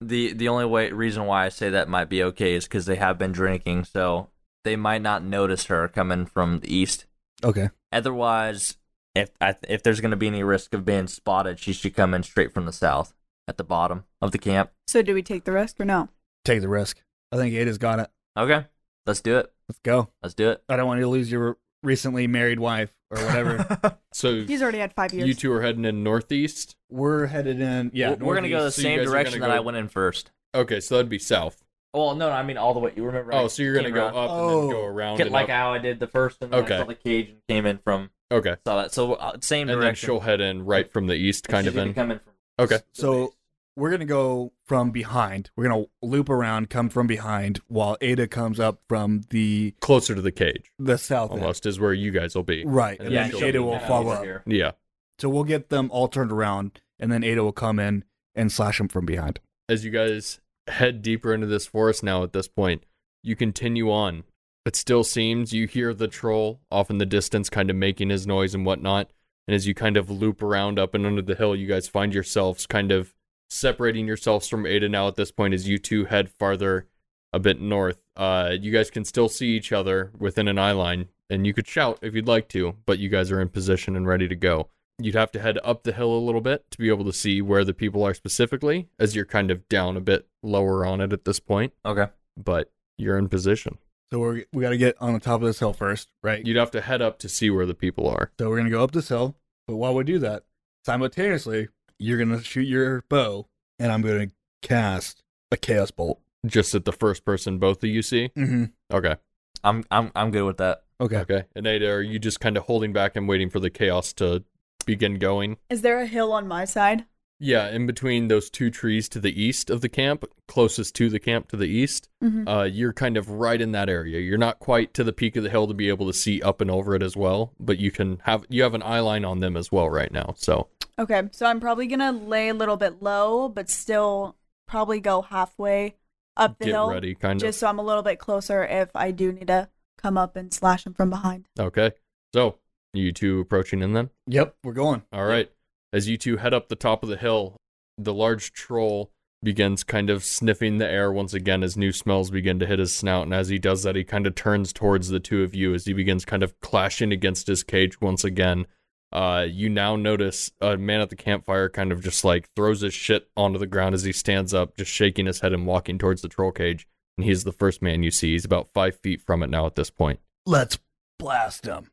the the only way reason why I say that might be okay is because they have been drinking, so they might not notice her coming from the east. (laughs) Okay. Otherwise, if I, if there's going to be any risk of being spotted, she should come in straight from the south at the bottom of the camp. So do we take the risk or no? Take the risk. I think Ada's got it. Okay, let's do it. Let's go. Let's do it. I don't want you to lose your recently married wife or (laughs) whatever. So He's already had five years. you two are heading in northeast. We're headed in. Yeah. we're, we're gonna go the northeast, so you same guys are direction gonna that I go- went in first. Okay, so that'd be south. Well, no, no, I mean all the way. You remember? I Oh, so you're gonna came go around- up and Oh. then go around. Get and like up. how I did the first, and then Okay. I saw the cage and came in from Okay, saw that. So uh, same and then direction. she'll head in right from the east, kind She's of gonna in. Come in from Okay, So we're gonna go from behind. We're gonna loop around, come from behind, while Ada comes up from the closer to the cage, the south. end. almost is where you guys will be. Right. And And then then she'll Ada be will down follow up. Here. Yeah. So we'll get them all turned around, and then Ada will come in and slash them from behind. as you guys head deeper into this forest now at this point, you continue on. It still seems you hear the troll off in the distance kind of making his noise and whatnot. And as you kind of loop around up and under the hill, you guys find yourselves kind of separating yourselves from Ada now at this point as you two head farther a bit north. Uh, you guys can still see each other within an eye line, and you could shout if you'd like to, but you guys are in position and ready to go you'd have to head up the hill a little bit to be able to see where the people are specifically, as you're kind of down a bit lower on it at this point, Okay. but you're in position. So we're, we got to get on the top of this hill first, right? You'd have to head up to see where the people are. So we're gonna go up this hill, but while we do that, simultaneously, you're gonna shoot your bow, and I'm gonna cast a chaos bolt. Just at the first person both of you see. Mm-hmm. Okay. I'm I'm I'm good with (laughs) that. Okay. Okay. And Ada, are you just kind of holding back and waiting for the chaos to begin going? Is there a hill on my side? Yeah, in between those two trees to the east of the camp, closest to the camp to the east, Mhm. uh, you're kind of right in that area. You're not quite to the peak of the hill to be able to see up and over it as well, but you can have you have an eye line on them as well right now. So Okay, so I'm probably gonna lay a little bit low, but still probably go halfway up the get hill, ready, kind just so I'm a little bit closer if I do need to come up and slash him from behind. of. Okay. So you two approaching in then. Yep, we're going. All right. As you two head up the top of the hill, the large troll begins kind of sniffing the air once again as new smells begin to hit his snout. And as he does that, he kind of turns towards the two of you as he begins kind of clashing against his cage once again. Uh, you now notice a man at the campfire kind of just like throws his shit onto the ground as he stands up, just shaking his head and walking towards the troll cage. And he's the first man you see. He's about five feet from it now at this point. Let's blast them.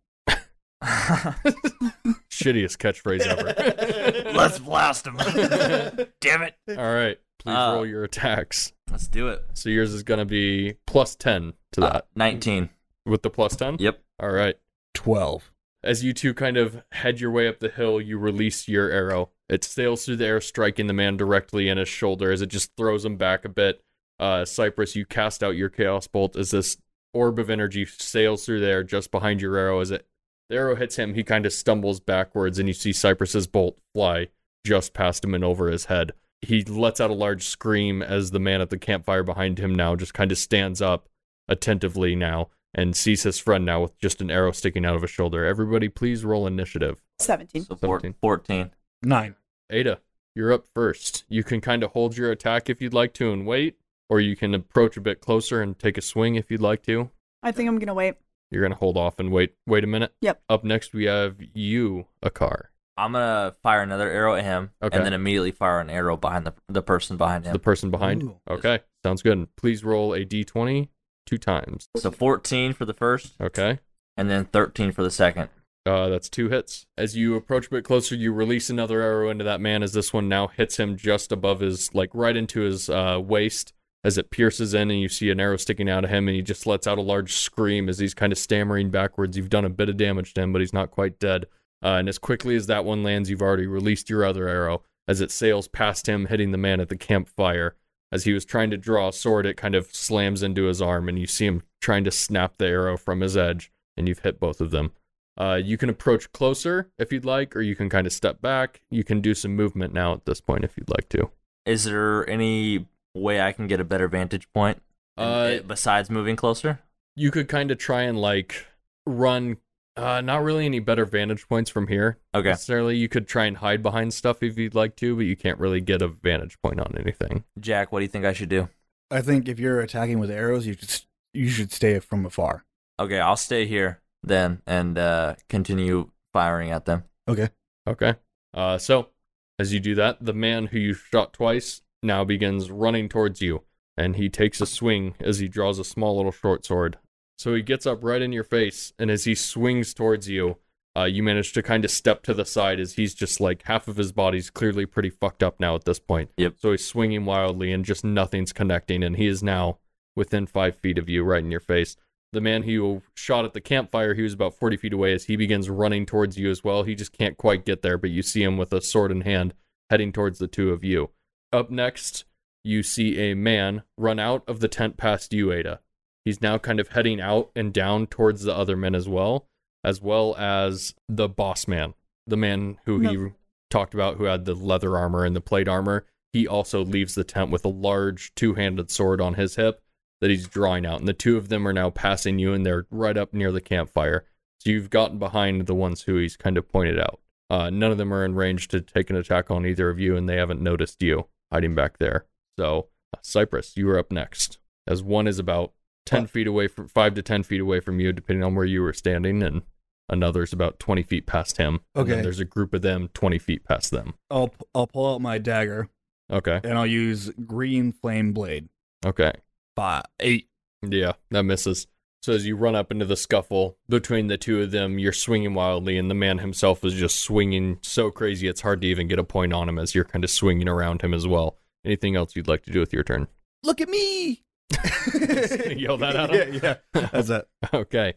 Shittiest catchphrase ever. Let's blast him. Damn it. All right. Please Uh, roll your attacks. Let's do it. So yours is going to be plus 10 to Uh, that. 19. With the plus 10? Yep. All right. Twelve. As you two kind of head your way up the hill, you release your arrow. It sails through the air, striking the man directly in his shoulder as it just throws him back a bit. Uh, Cypress, you cast out your Chaos Bolt as this orb of energy sails through there just behind your arrow. As it the arrow hits him, he kind of stumbles backwards, and you see Cypress's bolt fly just past him and over his head. He lets out a large scream as the man at the campfire behind him now just kind of stands up attentively now and sees his friend now with just an arrow sticking out of his shoulder. Everybody, please roll initiative. Seventeen. So four, 17. 14. Nine. Ada, you're up first. You can kind of hold your attack if you'd like to and wait, or you can approach a bit closer and take a swing if you'd like to. I think I'm gonna wait. You're gonna hold off and wait. Wait a minute. Yep. Up next, we have you, Akar. I'm going to fire another arrow at him Okay. and then immediately fire an arrow behind the, the person behind him. The person behind. Ooh. Okay, sounds good. Please roll a d20 two times. So 14 for the first Okay. and then 13 for the second. Uh, that's two hits. As you approach a bit closer, you release another arrow into that man as this one now hits him just above his, like right into his uh, waist as it pierces in, and you see an arrow sticking out of him, and he just lets out a large scream as he's kind of stammering backwards. You've done a bit of damage to him, but he's not quite dead. Uh, and as quickly as that one lands, you've already released your other arrow as it sails past him, hitting the man at the campfire. As he was trying to draw a sword, it kind of slams into his arm, and you see him trying to snap the arrow from his edge, and you've hit both of them. Uh, you can approach closer if you'd like, or you can kind of step back. You can do some movement now at this point if you'd like to. Is there any way I can get a better vantage point Uh, uh, besides moving closer? you could kind of try and like run. Uh, not really any better vantage points from here. Okay. Necessarily, you could try and hide behind stuff if you'd like to, but you can't really get a vantage point on anything. Jack, what do you think I should do? I think if you're attacking with arrows, you should you should stay from afar. Okay, I'll stay here then and uh, continue firing at them. Okay. Uh, so as you do that, the man who you shot twice now begins running towards you, and he takes a swing as he draws a small little short sword. So he gets up right in your face, and as he swings towards you, uh, you manage to kind of step to the side as he's just like half of his body's clearly pretty fucked up now at this point. Yep. So he's swinging wildly, and just nothing's connecting, and he is now within five feet of you, right in your face the man who shot at the campfire, he was about 40 feet away as he begins running towards you as well. He just can't quite get there, but you see him with a sword in hand heading towards the two of you. Up next, you see a man run out of the tent past you, Ada. He's now kind of heading out and down towards the other men as well, as well as the boss man, the man who he No. talked about who had the leather armor and the plate armor. He also leaves the tent with a large two handed sword on his hip that he's drawing out, and the two of them are now passing you, and they're right up near the campfire. So you've gotten behind the ones who he's kind of pointed out. Uh, none of them are in range to take an attack on either of you, and they haven't noticed you hiding back there. So, uh, Cypress, you are up next, as one is about 10 feet away from 5 to 10 feet away from you, depending on where you were standing, and another's about 20 feet past him. And then Okay. there's a group of them 20 feet past them. I'll I'll pull out my dagger Okay. and I'll use green flame blade. Okay. Five eight. Yeah, that misses. So as you run up into the scuffle between the two of them, you're swinging wildly, and the man himself is just swinging so crazy it's hard to even get a point on him as you're kind of swinging around him as well. Anything else you'd like to do with your turn? (laughs) Look at me. yell that (laughs) at him? Yeah, yeah. That's it. Okay.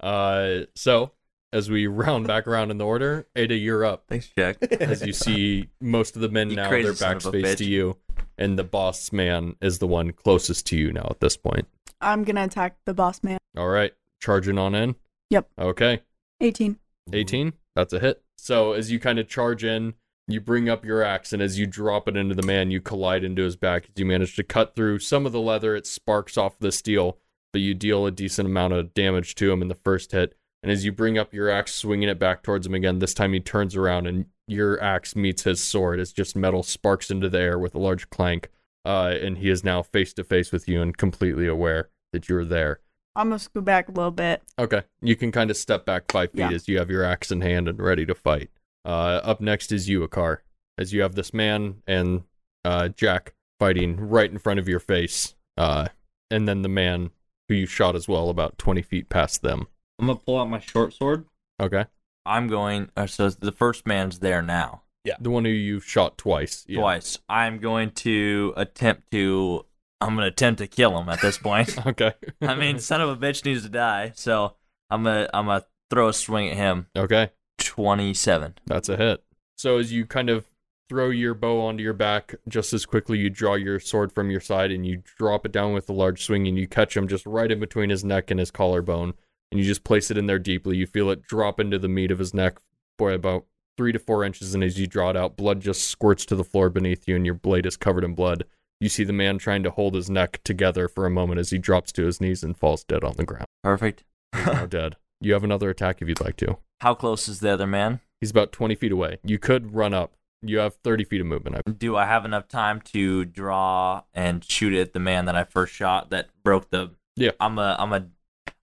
Uh, so as we round back around in the order, Ada, you're up. Thanks, Jack. As you (laughs) see, most of the men You now crazy their son of backs a face bitch. to you, and the boss man is the one closest to you now at this point. I'm gonna attack the boss man. All right, charging on in. Yep. Okay. 18. 18 that's a hit so as you kind of charge in you bring up your axe and as you drop it into the man you collide into his back you manage to cut through some of the leather it sparks off the steel but you deal a decent amount of damage to him in the first hit and as you bring up your axe swinging it back towards him again this time he turns around and your axe meets his sword it's just metal sparks into the air with a large clank uh, and he is now face to face with you and completely aware that you're there I'm gonna scoot back a little bit. Okay. You can kind of step back five feet Yeah. as you have your axe in hand and ready to fight. Uh, up next is you, Akar, as you have this man and uh, Jack fighting right in front of your face, uh, and then the man who you shot as well about 20 feet past them. (laughs) I'm gonna pull out my short sword. Okay. I'm going. Uh, so the first man's there now. The one who you shot twice. Yeah. Twice. I'm going to attempt to. I'm gonna attempt to kill him at (laughs) this point. (laughs) (laughs) Okay. I mean, son of a bitch needs to die. So I'm gonna. I'm gonna throw a swing at him. (laughs) okay. Twenty-seven. That's a hit. So as you kind of throw your bow onto your back, just as quickly you draw your sword from your side and you drop it down with a large swing and you catch him just right in between his neck and his collarbone and you just place it in there deeply. You feel it drop into the meat of his neck for about three to four inches and as you draw it out, blood just squirts to the floor beneath you and your blade is covered in blood. You see the man trying to hold his neck together for a moment as he drops to his knees and falls dead on the ground. Perfect. He's now dead. You have another attack if you'd like to. How close is the other man? He's about 20 feet away. You could run up. You have 30 feet of movement. I- Do I have enough time to draw and shoot at the man that I first shot that broke the? Yeah. I'm a. I'm a.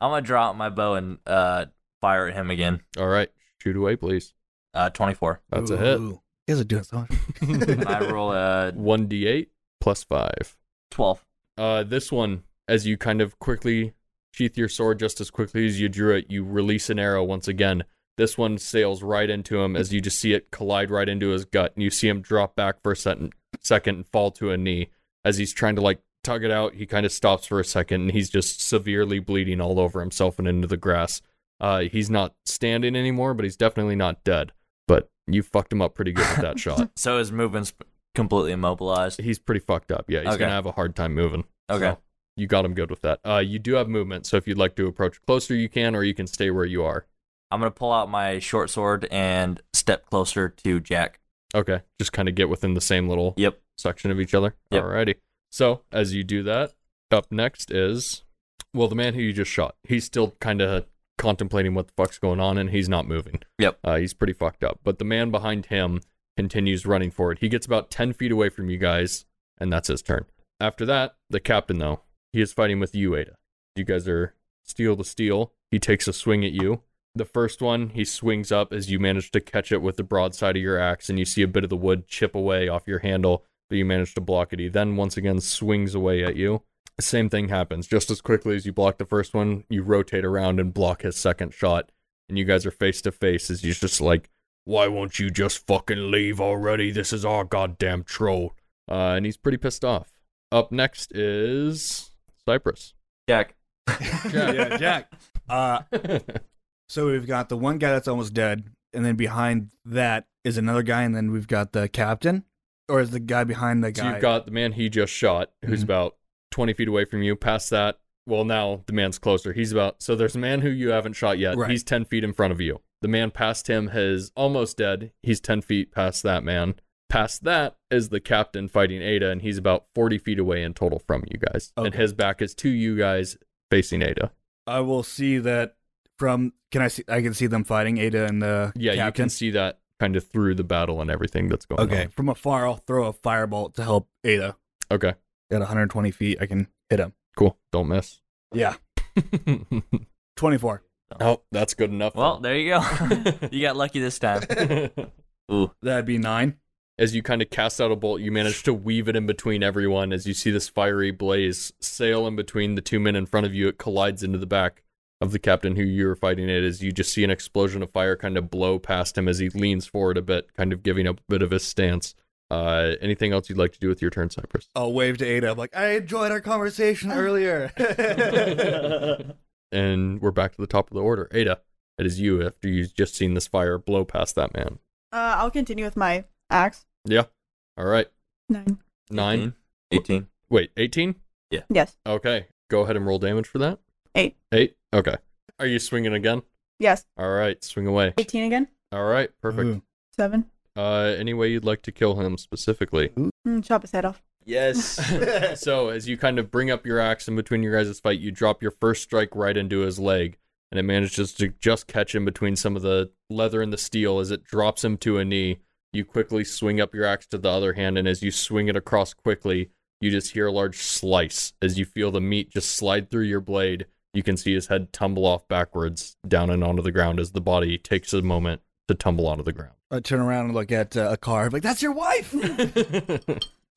I'm gonna draw out my bow and uh fire at him again. All right. Shoot away, please. Uh, twenty-four. (laughs) That's a hit. Ooh. You guys are doing so much. (laughs) (laughs) I roll a 1d8 plus 5. twelve. Uh, this one, as you kind of quickly sheath your sword just as quickly as you drew it, you release an arrow once again. This one sails right into him as you just see it collide right into his gut, and you see him drop back for a second, second and fall to a knee. As he's trying to like tug it out, he kind of stops for a second, and he's just severely bleeding all over himself and into the grass. Uh, he's not standing anymore, but he's definitely not dead. But you fucked him up pretty good with that shot. So his movement's completely immobilized. He's pretty fucked up. Yeah, he's Okay. gonna have a hard time moving. Okay. So, you got him good with that. Uh, you do have movement, so if you'd like to approach closer, you can, or you can stay where you are. I'm gonna pull out my short sword and step closer to Jack. Okay, just kind of get within the same little Yep. section of each other. Yep. Alrighty. So as you do that, up next is, well, the man who you just shot. He's still kind of contemplating what the fuck's going on, and he's not moving. Yep. Uh, he's pretty fucked up. But the man behind him continues running forward. He gets about ten feet away from you guys, and that's his turn. After that, the captain though he is fighting with you, Ada. You guys are steel to steel. He takes a swing at you. The first one, he swings up as you manage to catch it with the broadside of your axe, and you see a bit of the wood chip away off your handle, but you manage to block it. He then once again swings away at you. The same thing happens. Just as quickly as you block the first one, you rotate around and block his second shot, and you guys are face to face as he's just like, Why won't you just fucking leave already? This is our goddamn troll. Uh, and he's pretty pissed off. Up next is Cypress. Jack. yeah, Jack. Uh, so we've got the one guy that's almost dead, and then behind that is another guy, and then we've got the captain, or is the guy behind the So guy? you've got the man he just shot, who's Mhm. about 20 feet away from you. Past that, well, now the man's closer. He's about, so there's a man who you haven't shot yet. Right. He's 10 feet in front of you. The man past him is almost dead. He's 10 feet past that man. Past that is the captain fighting Ada, and he's about 40 feet away in total from you guys. And Okay. his back is to you guys facing Ada. I will see that from. Can I see? I can see them fighting Ada and the Yeah, you captain. can see that kind of through the battle and everything that's going Okay, from afar, I'll throw a firebolt to help Ada. on. Okay, At 120 feet, I can hit him. cool. Don't miss. (laughs) Yeah, 24. oh, that's good enough. (laughs) (laughs) Well, there you go. you got lucky this time. Ooh. That'd be nine. As you kind of cast out a bolt, you manage to weave it in between everyone. As you see this fiery blaze sail in between the two men in front of you, it collides into the back of the captain who you were fighting it. As you just see an explosion of fire kind of blow past him as he leans forward a bit, kind of giving up a bit of his stance. Uh, anything else you'd like to do with your turn, Cypress? I'll wave to Ada. I'm like, I enjoyed our conversation earlier. (laughs) And we're back to the top of the order. Ada, it is you after you've just seen this fire blow past that man. Uh, I'll continue with my axe. Yeah. All right. Nine. Nine. 18. Wait, 18? Yes. Okay. Go ahead and roll damage for that. Eight. Eight? Okay. Are you swinging again? Yes. All right. Swing away. 18 again. All right. Perfect. Ooh. Seven. Uh, any way you'd like to kill him specifically? Mm, chop his head off. Yes. so as you kind of bring up your axe in between your guys' fight, you drop your first strike right into his leg, and it manages to just catch him between some of the leather and the steel as it drops him to a knee. You quickly swing up your axe to the other hand, and as you swing it across quickly, you just hear a large slice as you feel the meat just slide through your blade. You can see his head tumble off backwards down and onto the ground as the body takes a moment to tumble onto the ground. I turn around and look at uh, a car. I'm like, that's your wife.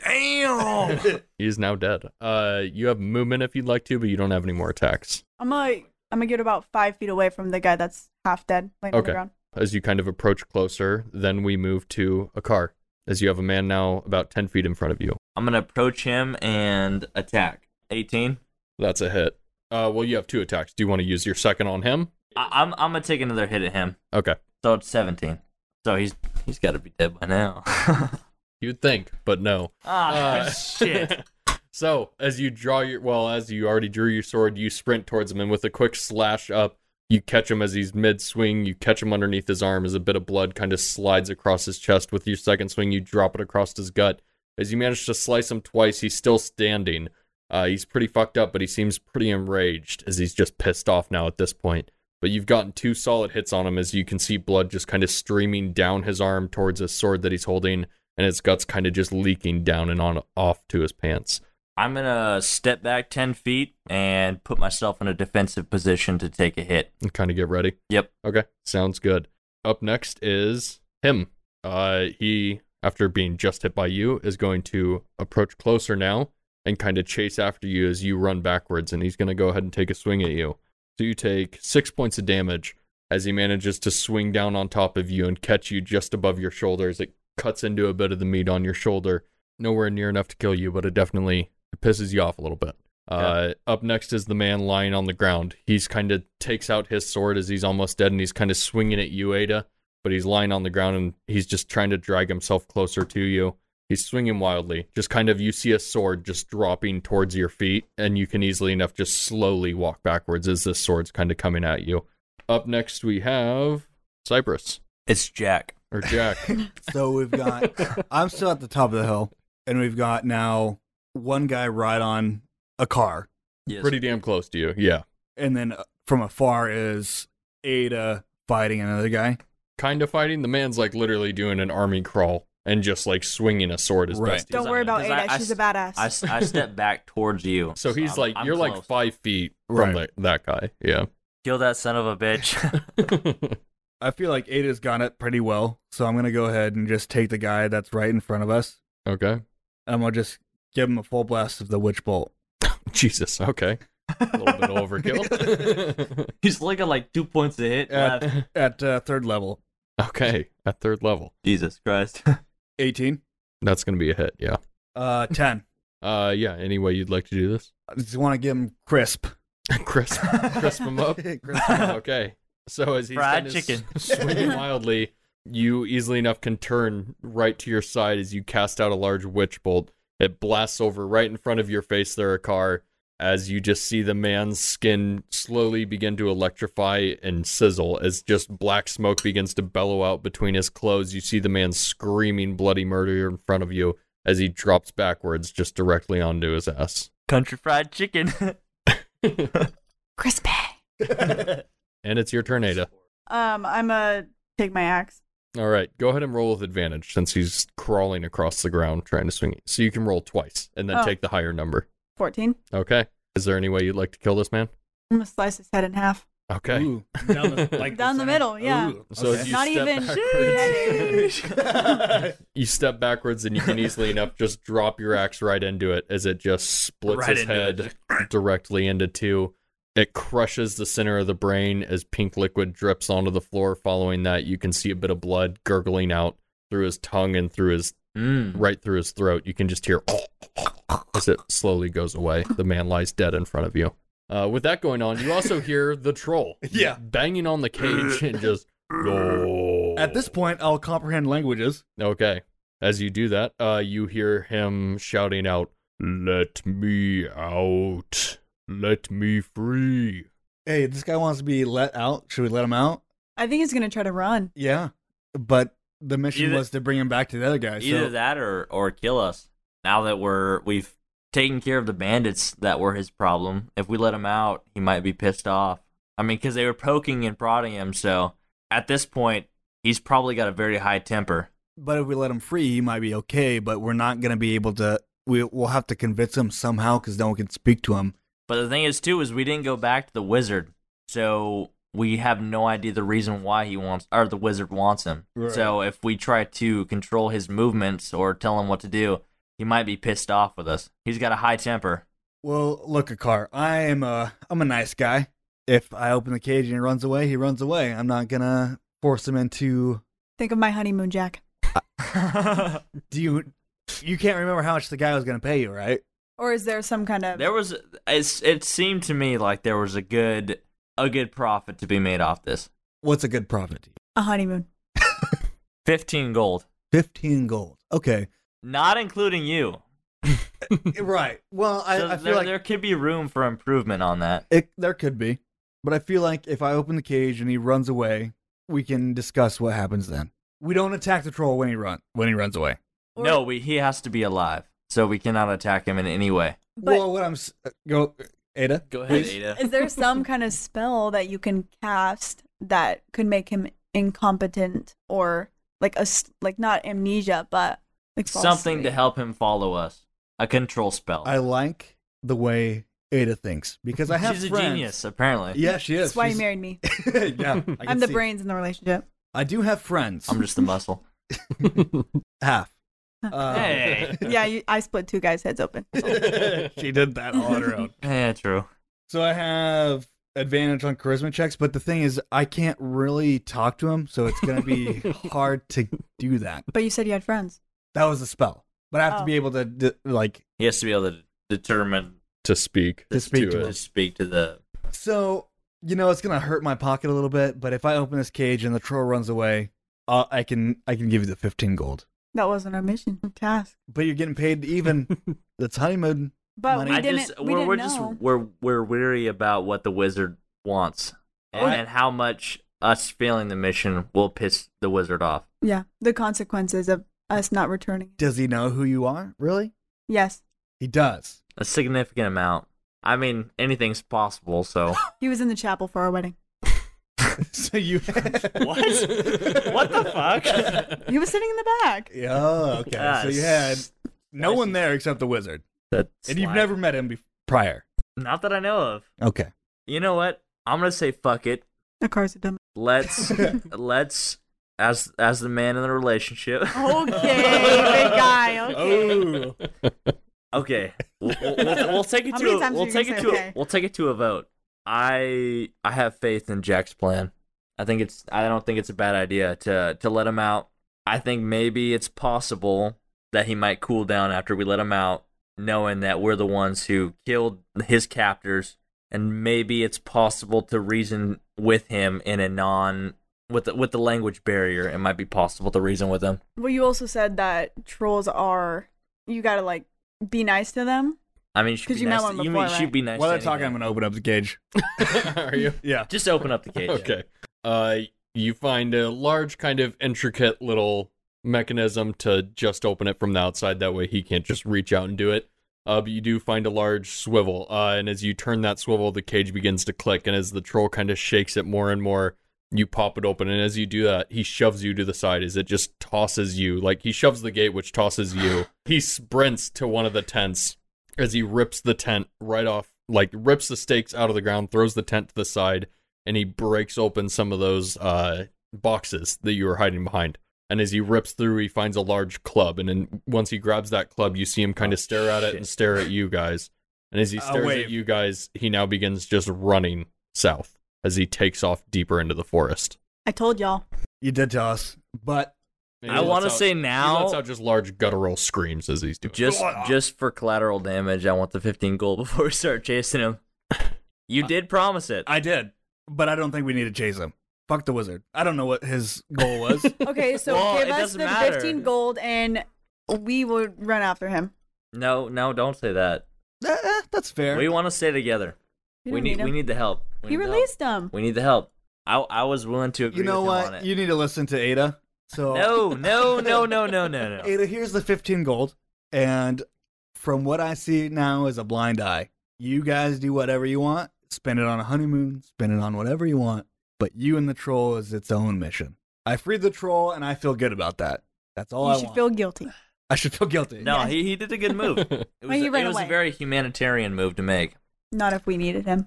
Damn. he is now dead. Uh, you have movement if you'd like to, but you don't have any more attacks. I'm gonna I'm gonna get about five feet away from the guy that's half dead laying on Okay. the ground. as you kind of approach closer, then we move to a car, as you have a man now about 10 feet in front of you. (laughs) I'm going to approach him and attack. 18. That's a hit. Uh, well, you have two attacks. Do you want to use your second on him? I- I'm I'm going to take another hit at him. Okay. So it's 17. So he's he's got to be dead by (laughs) now. You'd think, but no. ah, Uh, shit. (laughs) so as you draw your well, as you already drew your sword, you sprint towards him and with a quick slash up, you catch him as he's mid swing, you catch him underneath his arm as a bit of blood kind of slides across his chest. With your second swing, you drop it across his gut. As you manage to slice him twice, he's still standing. Uh, he's pretty fucked up, but he seems pretty enraged as he's just pissed off now at this point. But you've gotten two solid hits on him as you can see blood just kind of streaming down his arm towards his sword that he's holding, and his guts kind of just leaking down and on off to his pants. (laughs) I'm gonna step back ten feet and put myself in a defensive position to take a hit. and kind of get ready. Yep. Okay, sounds good. Up next is him. Uh, he, after being just hit by you, is going to approach closer now and kind of chase after you as you run backwards, and he's going to go ahead and take a swing at you. So you take six points of damage as he manages to swing down on top of you and catch you just above your shoulders. It cuts into a bit of the meat on your shoulder. Nowhere near enough to kill you, but it definitely pisses you off a little bit. Uh, up next is the man lying on the ground. He's kind of takes out his sword as he's almost dead, and he's kind of swinging at you, Ada. But he's lying on the ground, and he's just trying to drag himself closer to you. He's swinging wildly, just kind of. You see a sword just dropping towards your feet, and you can easily enough just slowly walk backwards as this sword's kind of coming at you. Up next, we have Cypress It's Jack. or Jack. so we've got. I'm still at the top of the hill, and we've got now one guy right on a car, Yes. Pretty damn close to you, yeah. and then uh, from afar is Ada fighting another guy. Kind of fighting. The man's like literally doing an army crawl and just like swinging a sword as Right. best he Don't I- worry about 'cause Ada, I- I she's s- a badass. (laughs) I, s- I step back towards you. So he's I'm- like, I'm you're like close. five feet from Right. the, that guy. Yeah. Kill that son of a bitch. I feel like Ada's got it pretty well, so I'm gonna go ahead and just take the guy that's right in front of us. okay. and I'm gonna just give him a full blast of the witch bolt. Jesus. Okay. (laughs) A little bit (laughs) overkill. (laughs) He's looking like two points a hit. Uh, left. at uh, third level. okay. At third level, Jesus Christ. (laughs) 18? that's gonna be a hit. Yeah. (laughs) Uh, 10. Uh. Yeah. Any way you'd like to do this? (laughs) I just want to give him crisp. crisp, crisp him up. (laughs) Crisp. (laughs) okay. So as he's Fried kind of (laughs) chicken. s- swinging wildly, you easily enough can turn right to your side as you cast out a large witch bolt. It blasts over right in front of your face there a car as you just see the man's skin slowly begin to electrify and sizzle as just black smoke begins to bellow out between his clothes. You see the man screaming bloody murder in front of you as he drops backwards just directly onto his ass. Country fried chicken. (laughs) Crispy. And it's your tornado. Um, I'm gonna take my axe. All right, go ahead and roll with advantage since he's crawling across the ground trying to swing. it. So you can roll twice and then Oh. take the higher number. Fourteen. Okay. Is there any way you'd like to kill this man? I'm gonna slice his head in half. Okay. Ooh. Down the, (laughs) like Down the center. middle, yeah. Ooh. So Okay. you Not step (laughs) even backwards. you step backwards and you can easily enough just drop your axe right into it as it just splits Right his into head directly into two. It crushes the center of the brain as pink liquid drips onto the floor. Following that, you can see a bit of blood gurgling out through his tongue and through his Mm-hmm. Mm. right through his throat. You can just hear as it slowly goes away. The man lies dead in front of you. Uh, with that going on, you also hear the troll, (laughs) Yeah. banging on the cage and just no. (laughs) At this point, I'll comprehend languages. Okay. As you do that, uh, you hear him shouting out, Let me out. Let me (laughs) free. Hey, this guy wants to be let out. Should we let him out? I think he's gonna try to run. Yeah, but the mission Either- was to bring him back to the other guy. Either so that or or kill us. Now that we're we've taken care of the bandits that were his problem. If we let him out, he might be pissed off. I mean, because they were poking and prodding him. So at this point, he's probably got a very high temper. But if we let him free, he might be okay. But we're not gonna be able to. We we'll have to convince him somehow because no one can speak to him. But the thing is, too, is we didn't go back to the wizard, so we have no idea the reason why he wants or the wizard wants him. So if we try to control his movements or tell him what to do, he might be pissed off with us. He's got a high temper. (laughs) Well, look, Akar, I am a I'm a nice guy. If I open the cage and he runs away, he runs away. I'm not gonna force him into. Think of my honeymoon, Jack. there (laughs) Do you? You can't remember how much the guy was gonna pay you, right? Or is there some kind of was it's, it seemed to me like there was a good a good profit to be made off this. What's a good profit? a honeymoon? 15 gold, Fifteen gold. (laughs) Okay. not including you. right. Well, I, so I feel there, like there could be room for improvement on that. It, there could be, but I feel like if I open the cage and he runs away, we can discuss what happens then. We don't attack the troll when he run when he runs away. Or- no, we, he has to be alive, so we cannot attack him in any way. But well, what I'm s- uh, go Ada. Go ahead, Please. Ada. (laughs) is there some kind of spell that you can cast that could make him incompetent or like a s- like not amnesia, but like false Something to sleep? help him follow us. A control spell. I like the way Ada thinks because I have She's friends. a genius, apparently. Yeah, she is. That's why you She's- married me. (laughs) yeah, I (laughs) I'm can the see. brains in (laughs) the relationship. I do have friends. I'm just the muscle. half. (laughs) Uh, hey. yeah, you, I split two guys' (laughs) heads open. she did that all on her (laughs) own. Yeah, true. So I have advantage on charisma checks, but the thing is, I can't really talk to him, so it's gonna (laughs) be hard to do that. But you said you had friends. That was a spell, but I have to Oh. be able to d- like. He has to be able to determine To speak. To speak to it. to speak to the So you know, it's gonna hurt my pocket a little bit, but if I open this cage and the troll runs away, uh, I can I can give you the fifteen gold. That wasn't our mission our task. But you're getting paid (laughs) even. That's honeymoon. But Money. we I didn't. just we we're didn't we're know. just we're we're weary about what the wizard wants and, Well, and how much us failing the mission will piss the wizard off. yeah, the consequences of us not returning. Does he know who you are? Really? Yes, He does. (laughs) A significant amount. I mean, anything's possible, so he was in the chapel for our wedding. so you. (laughs) What? (laughs) what the (laughs) fuck? He was sitting in the (laughs) back. (laughs) Yeah. oh, Okay. Ah, so you had s- no I one see. there except the wizard, that and you've slide. never met him bef- prior. Not that I know of. Okay. You know what? I'm gonna say fuck it. The car's (laughs) a dumb. Let's let's as as the man in the relationship. (laughs) Okay, (laughs) big guy. Okay. Oh. Okay, we'll, we'll, we'll- (laughs) we'll take it How to many a, times we'll are you take gonna it say to a, okay? we'll take it to a vote. I I have faith in Jack's plan. I think it's I don't think it's a bad idea to to let him out. I think maybe it's possible that he might cool down after we let him out, knowing that we're the ones who killed his captors, and maybe it's possible to reason with him in a non with the, with the language barrier. It might be possible to reason with him. Well, you also said that trolls are. You gotta like be nice to them. I mean, it should 'Cause be you met nice one to- you mean before, it should right? be nice. While to they're talking, I'm anything. gonna open up the cage. (laughs) Are you? Yeah. just open up the (laughs) cage. Okay. Uh, you find a large, kind of intricate little mechanism to just open it from the outside. That way, he can't just reach out and do it. Uh, but you do find a large swivel, uh, and as you turn that swivel, the cage begins to click, and as the troll kind of shakes it more and more, you pop it open, and as you do that, he shoves you to the side as it just tosses you. Like he shoves the gate, which tosses (sighs) you. he sprints to one of the tents as he rips the tent right off, like rips the stakes out of the ground, throws the tent to the side, and he breaks open some of those uh, boxes that you were hiding behind. And as he rips through, he finds a large club. And then once he grabs that club, you see him kind Oh, of stare at it shit. and stare at you guys. And as he Oh, Uh, stares wait. at you guys, he now begins just running south as he takes off deeper into the forest. I told y'all. You did to us, but And he I want to lets out- say he lets out now, just large guttural screams as he's doing. it. just just for collateral damage, I want the 15 gold (laughs) before we start chasing him. You did promise it. I did. But I don't think we need to chase him. Fuck the wizard. I don't know what his goal was. Okay, so Well, give it us doesn't the matter. 15 gold and we will run after him. no, no, don't say that. (laughs) Eh, eh, that's fair. We want to stay together. You we don't need, him. we need the help. We He need the help. released him. We need the help. I I was willing to agree you know with him on what? it. You need to listen to Ada. So No, no, (laughs) no, no, no, no, no. Ada, here's the 15 gold. And from what I see now is a blind eye. You guys do whatever you want. Spend it on a honeymoon. Spend it on whatever you want. But you and the troll is its own mission. I freed the troll, and I feel good about that. That's all you I should want. feel guilty. I should feel guilty. No, he, he did a good (laughs) move. It was, he ran it was a away. very humanitarian move to make. Not if we needed him.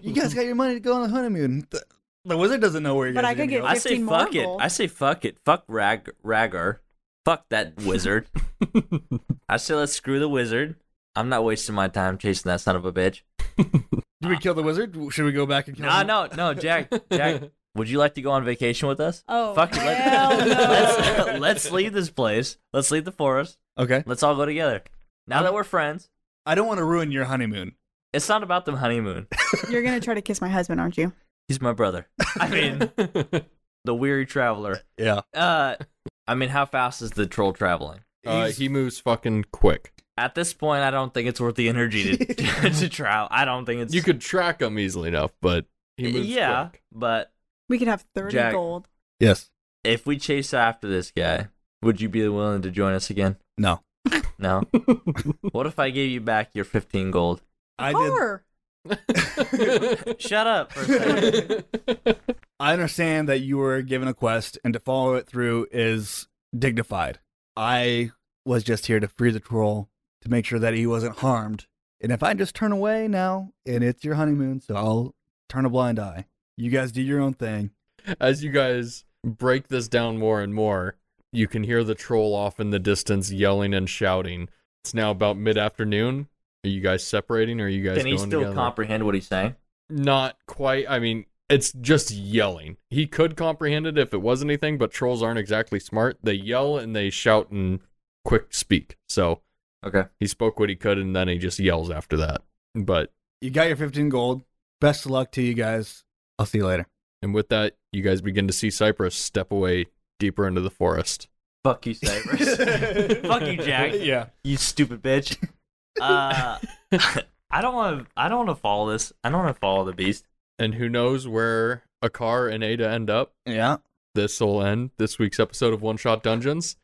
you guys got your money to go on a honeymoon. The, the wizard doesn't know where you But guys I are could gonna get go. I say 15 more fuck it. gold. I say fuck it. Fuck Rag Ragger. Fuck that (laughs) wizard. I say let's screw the wizard. I'm not wasting my time chasing that son of a bitch. Did we kill the wizard? Should we go back and kill No, him? no, no, Jack, Jack. Would you like to go on vacation with us? Oh, fuck it. (laughs) hell no. let's, let's leave this place. Let's leave the forest. Okay. Let's all go together. Now that we're friends, I don't want to ruin your honeymoon. it's not about the honeymoon. You're going to try to kiss my husband, aren't you? He's my brother. I mean, the weary traveler. Yeah. Uh, I mean, how fast is the troll traveling? uh, He's- he moves fucking quick. At this point, I don't think it's worth the energy (laughs) to to (laughs) travel. I don't think it's You could track him easily enough, but he moves yeah, quick. (laughs) but We could have 30 Jack. gold. Yes. if we chase after this guy, would you be willing to join us again? No. (laughs) No. what if I gave you back your fifteen gold? A I did. car. Shut up. For (laughs) a second. I understand that you were given a quest and to follow it through is dignified. I was just here to free the troll to make sure that he wasn't harmed. And if I just turn away now, and it's your honeymoon, so I'll turn a blind eye. You guys do your own thing. As you guys break this down more and more, you can hear the troll off in the distance yelling and shouting. It's now about mid afternoon. Are you guys separating or are you guys Can he going still together? comprehend what he's saying? Not quite. I mean, it's just yelling. He could comprehend it if it was anything, but trolls aren't exactly smart. They yell and they shout and quick speak. So Okay. he spoke what he could and then he just yells after that. But You got your 15 gold. Best of luck to you guys. I'll see you later. And with that, you guys begin to see Cypress step away deeper into the forest. Fuck you, Cyrus. (laughs) Fuck you, Jack. Yeah. you stupid bitch. (laughs) Uh, I don't want to. I don't want to follow this. I don't want to follow the beast. And who knows where Akar and Ada end up? Yeah. This will end this week's episode of One Shot Dungeons.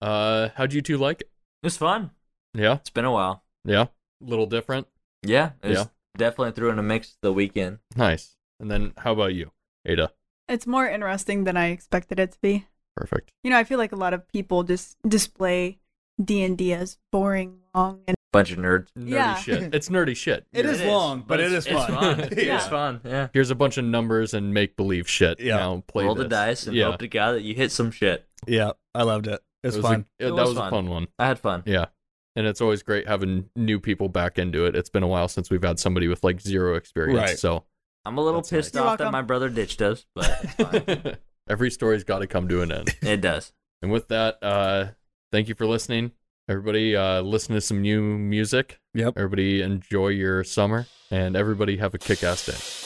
Uh, how'd you two like it? It was fun. Yeah, It's been a while. yeah, little different. Yeah, it was Yeah. definitely threw in a mix the weekend. Nice. And then how about you, Ada? It's more interesting than I expected it to be. Perfect. You know, I feel like a lot of people just display D&D as boring, long, and Bunch of nerds. Nerdy Yeah. shit. It's nerdy shit. It is long, but it is it's- fun. (laughs) It's fun. Yeah. It's fun. Yeah. Here's a bunch of numbers and make believe shit. Yeah. Now play Roll the this. dice and yeah, hope to God that you hit some shit. Yeah. I loved it. It was, It was a- fun. it- It that was was a fun. fun one. I had fun. Yeah. And it's always great having new people back into it. It's been a while since we've had somebody with like zero experience. Right. So I'm a little That's pissed nice. You're off that welcome. my brother ditched us, but it's (laughs) fine. (laughs) every story's got to come to an end. it does. And with that, uh, thank you for listening. Everybody, uh, listen to some new music. Yep. Everybody, enjoy your summer. And everybody, have a kick ass day.